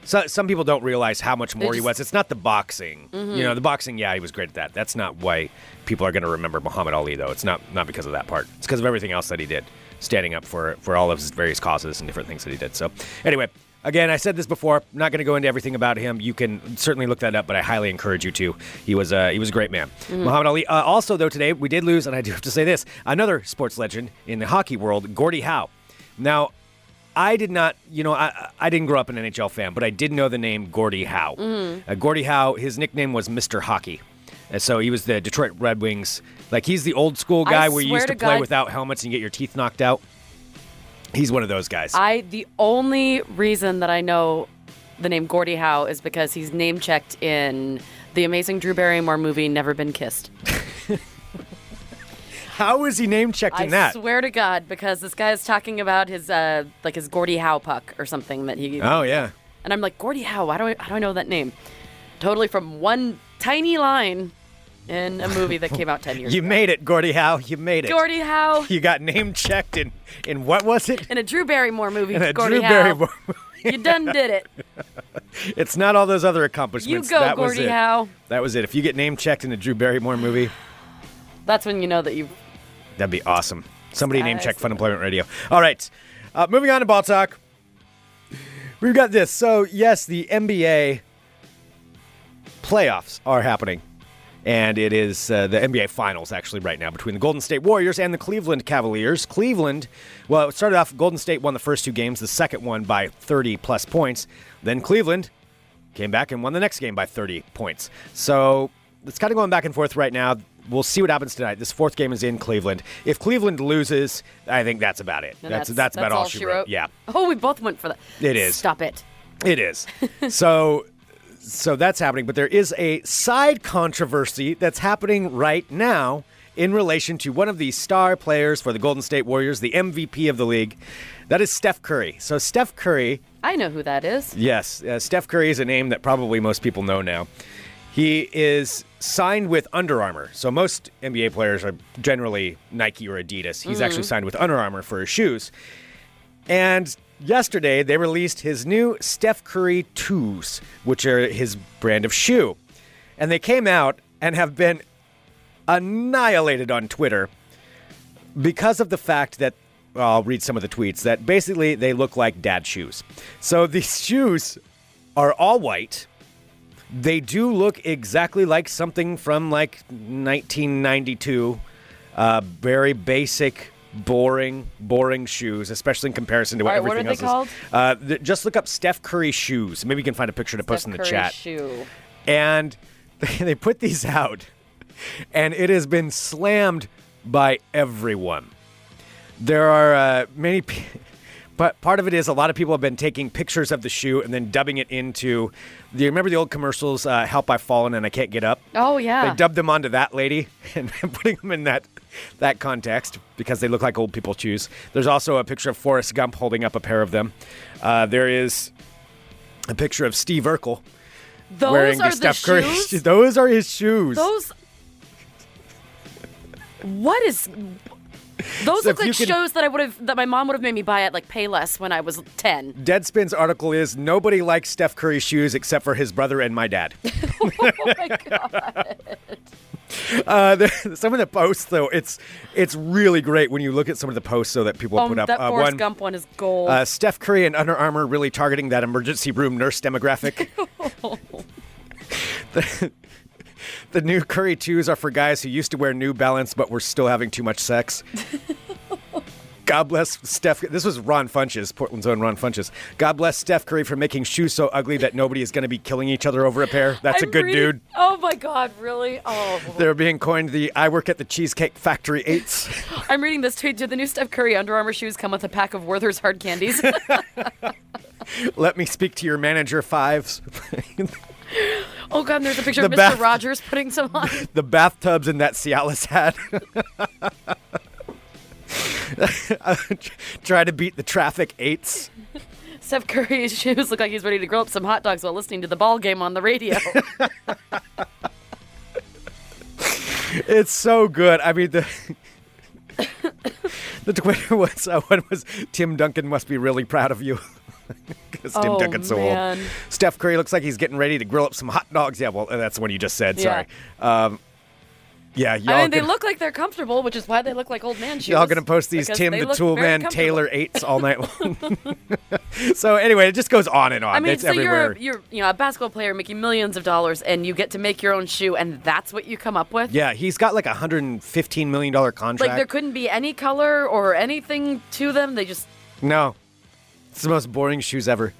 S1: So, some people don't realize how much more he
S2: just-
S1: was. It's not the boxing, you know. The boxing, yeah, he was great at that. That's not why people are going to remember Muhammad Ali, though. It's not not because of that part. It's because of everything else that he did, standing up for for all of his various causes and different things that he did. So, anyway, again, I said this before. I'm not going to go into everything about him. You can certainly look that up, but I highly encourage you to. He was uh, he was a great man, Muhammad Ali. Uh, also, though, today we did lose, and I do have to say this: another sports legend in the hockey world, Gordie Howe. Now, I did not, you know, I I didn't grow up an NHL fan, but I did know the name Gordie Howe.
S2: Mm-hmm.
S1: Uh, Gordie Howe, his nickname was Mister Hockey, and so he was the Detroit Red Wings. Like he's the old school
S2: I
S1: guy where you
S2: swear
S1: used to,
S2: to
S1: play
S2: God-
S1: without helmets and you get your teeth knocked out. He's one of those guys.
S2: I the only reason that I know the name Gordie Howe is because he's name checked in the amazing Drew Barrymore movie Never Been Kissed.
S1: How is he name checked in
S2: I
S1: that?
S2: swear to God, because this guy is talking about his uh like his Gordie Howe puck or something that he
S1: oh yeah,
S2: and I'm like Gordie Howe. Why do I how do I know that name? Totally from one tiny line in a movie that came out ten years
S1: you
S2: ago.
S1: made it, Gordie Howe. You made it.
S2: Gordie Howe
S1: You got name checked in in what was it?
S2: in a Drew Barrymore movie.
S1: In a
S2: Gordie
S1: Drew
S2: Howe.
S1: Barrymore.
S2: you done did it.
S1: It's not all those other accomplishments.
S2: go,
S1: that was
S2: Gordie
S1: it.
S2: Howe.
S1: That was it. If you get name checked in a Drew Barrymore movie.
S2: That's when you know that you've
S1: That'd be awesome. Somebody name
S2: Guys.
S1: check Fun Employment Radio. All right, uh, moving on to ball talk. We've got this. So yes, the NBA playoffs are happening, and it is uh, the NBA Finals actually right now between the Golden State Warriors and the Cleveland Cavaliers. Cleveland, well, it started off Golden State won the first two games, the second one by 30 plus points. Then Cleveland came back and won the next game by 30 points. So it's kind of going back and forth right now. We'll see what happens tonight. This fourth game is in Cleveland. If Cleveland loses, I think that's about it.
S2: And
S1: that's, that's about all, she wrote. Yeah,
S2: Oh, we both went for that.
S1: It is.
S2: Stop it.
S1: it is. so so that's happening, but there is a side controversy that's happening right now in relation to one of the star players for the Golden State Warriors, the MVP of the league. That is Steph Curry. So Steph Curry
S2: I know who that is.
S1: Yes, uh, Steph Curry is a name that probably most people know now. He is signed with Under Armour. So most NBA players are generally Nike or Adidas. He's actually signed with Under Armour for his shoes. And yesterday they released his new Steph Curry 2s, which are his brand of shoe. And they came out and have been annihilated on Twitter because of the fact that well, I'll read some of the tweets that basically they look like dad shoes. So these shoes are all white. They do look exactly like something from like 1992. Uh, very basic, boring, boring shoes, especially in comparison to what
S2: All right, what
S1: everything
S2: are they
S1: else is. Uh, th- just look up Steph Curry shoes. Maybe you can find a picture to post in
S2: Steph
S1: the
S2: Curry
S1: chat
S2: Shoe.
S1: and they put these out, and it has been slammed by everyone. There are uh, many, pe- but part of it is a lot of people have been taking pictures of the shoe and then dubbing it into. Do you remember the old commercials, uh, "Help I've Fallen and I Can't Get Up"?
S2: Oh yeah.
S1: They dubbed them onto that lady and putting them in that that context because they look like old people shoes. There's also a picture of Forrest Gump holding up a pair of them. Uh, there is a picture of Steve Urkel
S2: Those
S1: wearing
S2: are
S1: the Steph Curry.
S2: shoes?
S1: shoes. Those are his shoes.
S2: Those. What is? Those
S1: So
S2: look
S1: if you
S2: like
S1: could-
S2: shows that I would have that my mom would have made me buy at like Payless when I was ten.
S1: Deadspin's article is nobody likes Steph Curry's shoes except for his brother and my dad.
S2: Oh my god.
S1: Uh, the, some of the posts, though, it's it's really great when you look at some of the posts, though, that people have
S2: Oh,
S1: put up.
S2: that
S1: Uh,
S2: Forrest
S1: one,
S2: Gump one is gold.
S1: uh, Steph Curry and Under Armour really targeting that emergency room nurse demographic. the, the new Curry 2s are for guys who used to wear New Balance but were still having too much sex. God bless Steph. This was Ron Funches, Portland's own Ron Funches. God bless Steph Curry for making shoes so ugly that nobody is going to be killing each other over a pair. That's
S2: I'm
S1: a good
S2: reading-
S1: dude.
S2: Oh my God, really? Oh,
S1: They're being coined the I work at the Cheesecake Factory eights.
S2: I'm reading this tweet. Did the new Steph Curry Under Armour shoes come with a pack of Werther's hard candies?
S1: Let me speak to your manager fives.
S2: oh God, and there's a picture of
S1: The
S2: Mr.
S1: bath-
S2: Rogers putting some on.
S1: the bathtubs in that Cialis hat. Try to beat the traffic eights.
S2: Steph Curry's shoes look like he's ready to grill up some hot dogs while listening to the ball game on the radio.
S1: It's so good. I mean the the Twitter was uh, one was Tim Duncan must be really proud of you. 'Cause Tim
S2: Oh,
S1: Duncan's so
S2: man.
S1: old. Steph Curry looks like he's getting ready to grill up some hot dogs. Yeah, well, that's the one you just said.
S2: Yeah.
S1: Sorry. Um, yeah, y'all.
S2: I mean, they
S1: can-
S2: look like they're comfortable, which is why they look like old man shoes.
S1: Y'all gonna post these
S2: because
S1: Tim
S2: they
S1: the
S2: look
S1: Tool
S2: very
S1: Man
S2: comfortable.
S1: Taylor eights all night long. so anyway, it just goes on and on.
S2: I mean,
S1: it's
S2: so
S1: everywhere.
S2: you're you're you know a basketball player making millions of dollars, and you get to make your own shoe, and that's what you come up with.
S1: Yeah, he's got like a hundred and fifteen million dollar contract.
S2: Like there couldn't be any color or anything to them. They just
S1: no, it's the most boring shoes ever.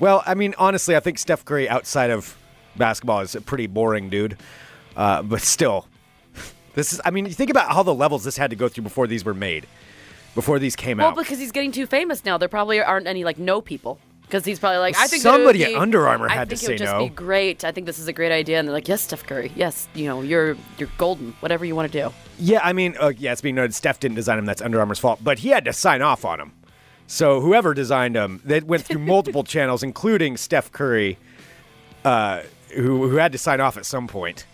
S1: Well, I mean, honestly, I think Steph Curry outside of basketball is a pretty boring dude. Uh, but still, this is. I mean, you think about all the levels this had to go through before these were made, before these came
S2: well
S1: out.
S2: because he's getting too famous now. There probably aren't any like no people because he's probably like I think that it would
S1: Somebody
S2: be-
S1: at Under Armour
S2: I
S1: had to
S2: think it would
S1: say
S2: just
S1: no.
S2: Be great. I think this is a great idea, and they're like yes, Steph Curry. Yes, you know you're you're golden. Whatever you want to do.
S1: Yeah, I mean, uh, yeah, it's being noted Steph didn't design him. That's Under Armour's fault, but he had to sign off on him. So whoever designed him, they went through multiple channels, including Steph Curry, uh, who who had to sign off at some point.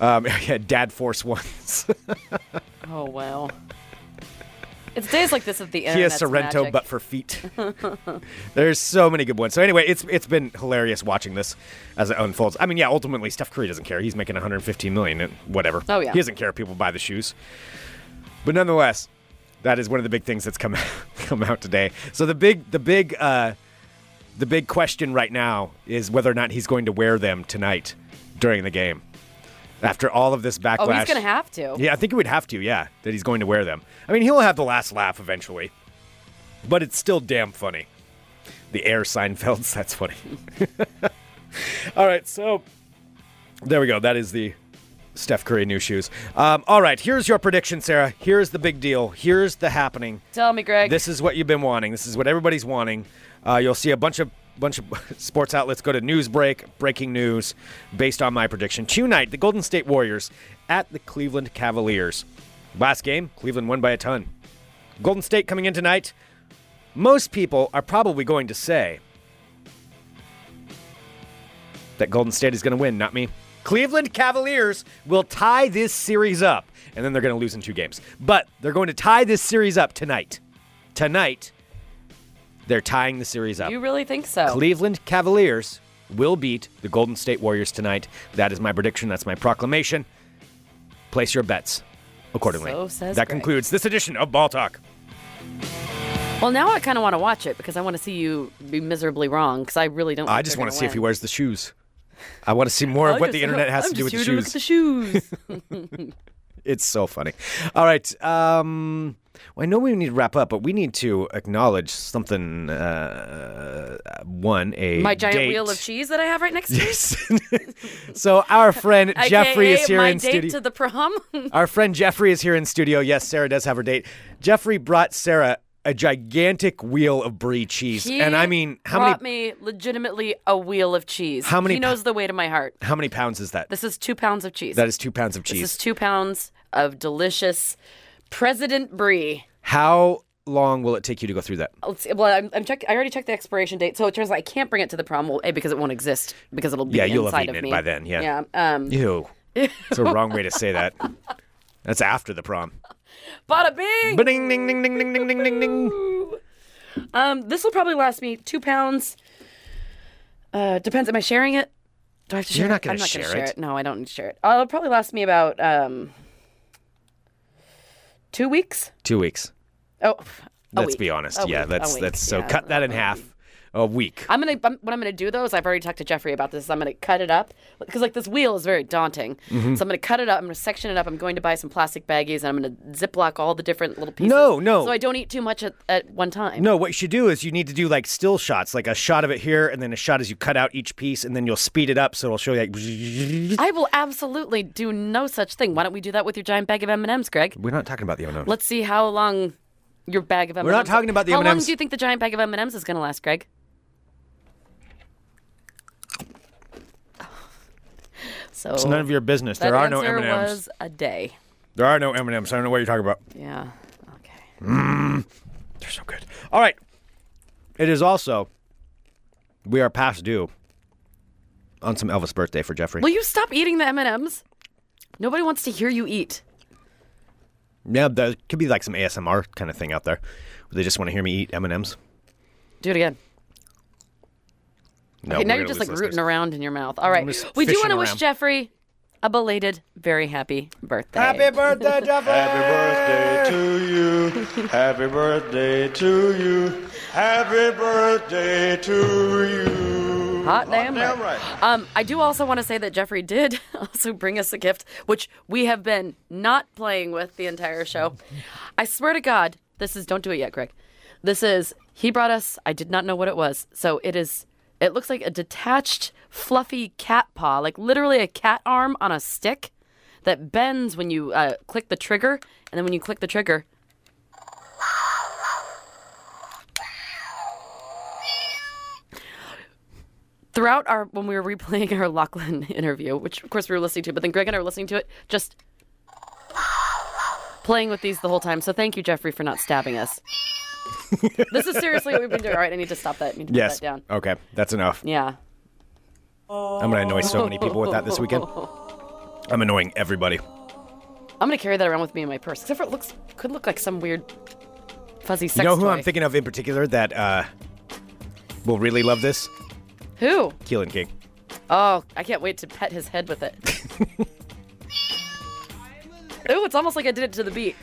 S1: Um, yeah, Dad Force ones.
S2: Oh wow. It's days like this that the
S1: Kia
S2: internet.
S1: Sorrento,
S2: magic.
S1: but for feet. There's so many good ones. So anyway, it's it's been hilarious watching this as it unfolds. I mean, yeah, ultimately Steph Curry doesn't care. He's making 115 million and whatever.
S2: Oh, yeah.
S1: he doesn't care if people buy the shoes. But nonetheless, that is one of the big things that's come come out today. So the big the big uh, the big question right now is whether or not he's going to wear them tonight during the game. After all of this backlash,
S2: oh, he's gonna have to.
S1: yeah, I think he would have to, yeah, that he's going to wear them. I mean, he'll have the last laugh eventually. But it's still damn funny. The air Seinfelds, that's funny. all right, so there we go. That is the Steph Curry new shoes. Um, all right, here's your prediction, Sarah. Here's the big deal. Here's the happening.
S2: Tell me, Greg.
S1: This is what you've been wanting. This is what everybody's wanting. Uh, you'll see a bunch of bunch of sports outlets go to news break, breaking news, based on my prediction. Tonight, the Golden State Warriors at the Cleveland Cavaliers. Last game, Cleveland won by a ton. Golden State coming in tonight. Most people are probably going to say that Golden State is going to win, not me. Cleveland Cavaliers will tie this series up, and then they're going to lose in two games. But they're going to tie this series up tonight tonight, they're tying the series up.
S2: you really think so?
S1: Cleveland Cavaliers will beat the Golden State Warriors tonight. That is my prediction. That's my proclamation. Place your bets accordingly.
S2: So says
S1: that
S2: Greg.
S1: concludes this edition of Ball Talk.
S2: Well, now I kind of want to watch it because I want to see you be miserably wrong because I really don't.
S1: I
S2: think
S1: just
S2: they're
S1: want to
S2: gonna
S1: see if he
S2: win.
S1: wears the shoes. I want to see more of
S2: I
S1: what the
S2: just-
S1: internet has
S2: I'm
S1: to do with
S2: just
S1: the
S2: here look
S1: shoes.
S2: at the shoes.
S1: It's so funny. All right. Um, well, I know we need to wrap up, but we need to acknowledge something. Uh, one, a
S2: My giant
S1: date.
S2: wheel of cheese that I have right next to me.
S1: so our friend
S2: AKA
S1: Jeffrey is here
S2: my
S1: in
S2: date
S1: studio.
S2: to the prom.
S1: Our friend Jeffrey is here in studio. Yes, Sarah does have her date. Jeffrey brought Sarah a gigantic wheel of brie cheese,
S2: He
S1: and I mean, how many
S2: brought me legitimately a wheel of cheese.
S1: How many
S2: He knows the way to my heart.
S1: how many pounds is that?
S2: This is two pounds of cheese.
S1: that is two pounds of cheese.
S2: This is two pounds of delicious President Brie.
S1: how long will it take you to go through that?
S2: Let's see. Well, I'm, I'm check. I already checked the expiration date, so it turns out I can't bring it to the prom. Well, a because it won't exist because it'll be
S1: Yeah, you'll have
S2: inside
S1: eaten
S2: of
S1: it
S2: me
S1: by then, yeah.
S2: Yeah. Um,
S1: Ew, it's a wrong way to say that. That's after the prom.
S2: Bada bing.
S1: Ba-ding, ding, ding, ding, ding, ding, ding, ding, ding.
S2: Um, this will probably last me two pounds. Uh, depends. Am I sharing it? Do I have to share
S1: You're not
S2: it? I'm
S1: gonna
S2: not
S1: share
S2: gonna share
S1: it.
S2: it. No, I don't need to share it. Uh, it'll probably last me about um, two weeks.
S1: Two weeks.
S2: Oh, a
S1: Let's
S2: week.
S1: be honest. yeah,
S2: A week, a
S1: that's
S2: week,
S1: that's so
S2: yeah.
S1: cut that in half. A week.
S2: I'm gonna I'm, what I'm gonna do though is I've already talked to Jeffrey about this. I'm gonna cut it up because like this wheel is very daunting.
S1: Mm-hmm.
S2: So I'm gonna cut it up. I'm gonna section it up. I'm going to buy some plastic baggies and I'm gonna ziplock all the different little pieces.
S1: No, no.
S2: So I don't eat too much at, at one time.
S1: No, what you should do is you need to do like still shots, like a shot of it here, and then a shot as you cut out each piece, and then you'll speed it up so it'll show you like.
S2: I will absolutely do no such thing. Why don't we do that with your giant bag of M and M's, Greg?
S1: We're not talking about the unknown.
S2: Let's see how long your bag of M&Ms.
S1: not talking about the
S2: How long
S1: M&Ms.
S2: do you think the giant bag of M&Ms is going to last, Greg? So
S4: It's none of your business.
S2: that
S4: There are no
S2: answer
S4: M&Ms.
S2: was a day.
S1: There are no M and M's. I don't know what you're talking about.
S2: Yeah. Okay.
S1: They're so good. All right. It is also. We are past due. On some Elvis birthday for Jeffrey.
S2: Will you stop eating the M&Ms? Nobody wants to hear you eat.
S1: Yeah, there could be like some ASMR kind of thing out there. Where they just want to hear me eat M and M's.
S2: Do it again.
S1: No,
S2: Okay, now
S1: we're gonna
S2: you're just
S1: lose
S2: like
S1: listeners.
S2: rooting around in your mouth. All right.
S1: just
S2: We do
S1: fishing
S2: want to wish
S1: around.
S2: Jeffrey a belated, very happy birthday.
S1: Happy birthday, Jeffrey!
S4: Happy birthday to you. Happy birthday to you. Happy birthday to you.
S2: Hot damn,
S4: damn
S2: right.
S4: right.
S2: Um, I do also want to say that Jeffrey did also bring us a gift, which we have been not playing with the entire show. I swear to God, this is don't do it yet, Greg. This is he brought us. I did not know what it was, so it is. It looks like a detached, fluffy cat paw, like literally a cat arm on a stick that bends when you uh, click the trigger, and then when you click the trigger. Throughout our when we were replaying our Lachlan interview, which of course we were listening to, but then Greg and I were listening to it, just playing with these the whole time. So thank you, Jeffrey, for not stabbing us. this is seriously what we've been doing. All right, I need to stop that. I need to put
S1: Yes.
S2: that down.
S1: Okay, that's enough.
S2: Yeah.
S1: I'm gonna annoy so many people with that this weekend. I'm annoying everybody.
S2: I'm gonna carry that around with me in my purse. Except for it looks could look like some weird fuzzy sex
S1: You know who
S2: toy.
S1: I'm thinking of in particular that uh, will really love this?
S2: Who?
S1: Keelan King.
S2: Oh, I can't wait to pet his head with it. Ooh, it's almost like I did it to the beat.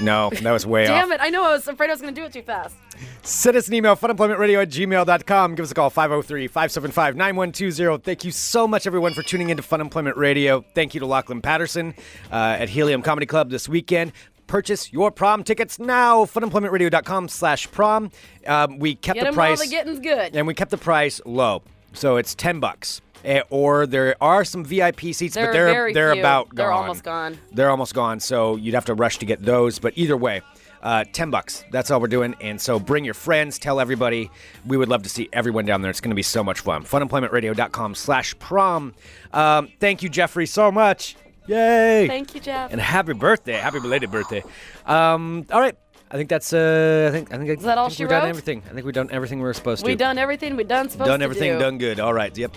S1: No, that was way
S2: Damn
S1: off.
S2: it! I know I was afraid I was gonna do it too fast.
S1: Send us an email, funemploymentradio at gmail.com. Give us a call, 503 575 9120. Thank you so much, everyone, for tuning in to Fun Employment Radio. Thank you to Lachlan Patterson uh, at Helium Comedy Club this weekend. Purchase your prom tickets now, funemploymentradio.com slash prom. Um, we kept
S2: Get
S1: the
S2: him
S1: price.
S2: while the getting's good.
S1: and we kept the price low. So it's ten bucks. Eh, Or there are some VIP seats,
S2: There
S1: but
S2: are
S1: they're
S2: very
S1: they're
S2: few.
S1: about gone.
S2: They're almost gone.
S1: They're almost gone. So you'd have to rush to get those. But either way, uh, ten bucks. That's all we're doing. And so bring your friends. Tell everybody. We would love to see everyone down there. It's going to be so much fun. Funemploymentradio.com/slash/prom. Um, thank you, Jeffrey, so much. Yay!
S2: Thank you, Jeff.
S1: and happy birthday, happy belated birthday. Um, all right, I think that's uh, I think I think is
S2: that all she
S1: we've done
S2: wrote?
S1: everything. I think we've done everything we were supposed to
S2: We done everything we done supposed
S1: done
S2: to
S1: everything
S2: do.
S1: done good all right yep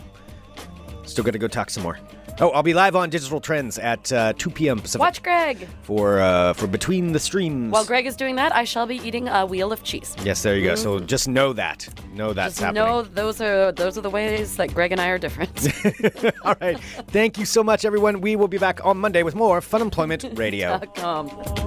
S1: still gotta go talk some more oh i'll be live on digital trends at uh, 2 p.m pacific
S2: Watch Greg.
S1: for uh, for between the streams
S2: While Greg is doing that, I shall be eating a wheel of cheese.
S1: yes there you go so just know that know that's
S2: Mm-hmm. Just
S1: happening
S2: know those are those are the ways that Greg and I are different.
S1: all right thank you so much everyone we will be back on monday with more fun employment radio
S2: Come.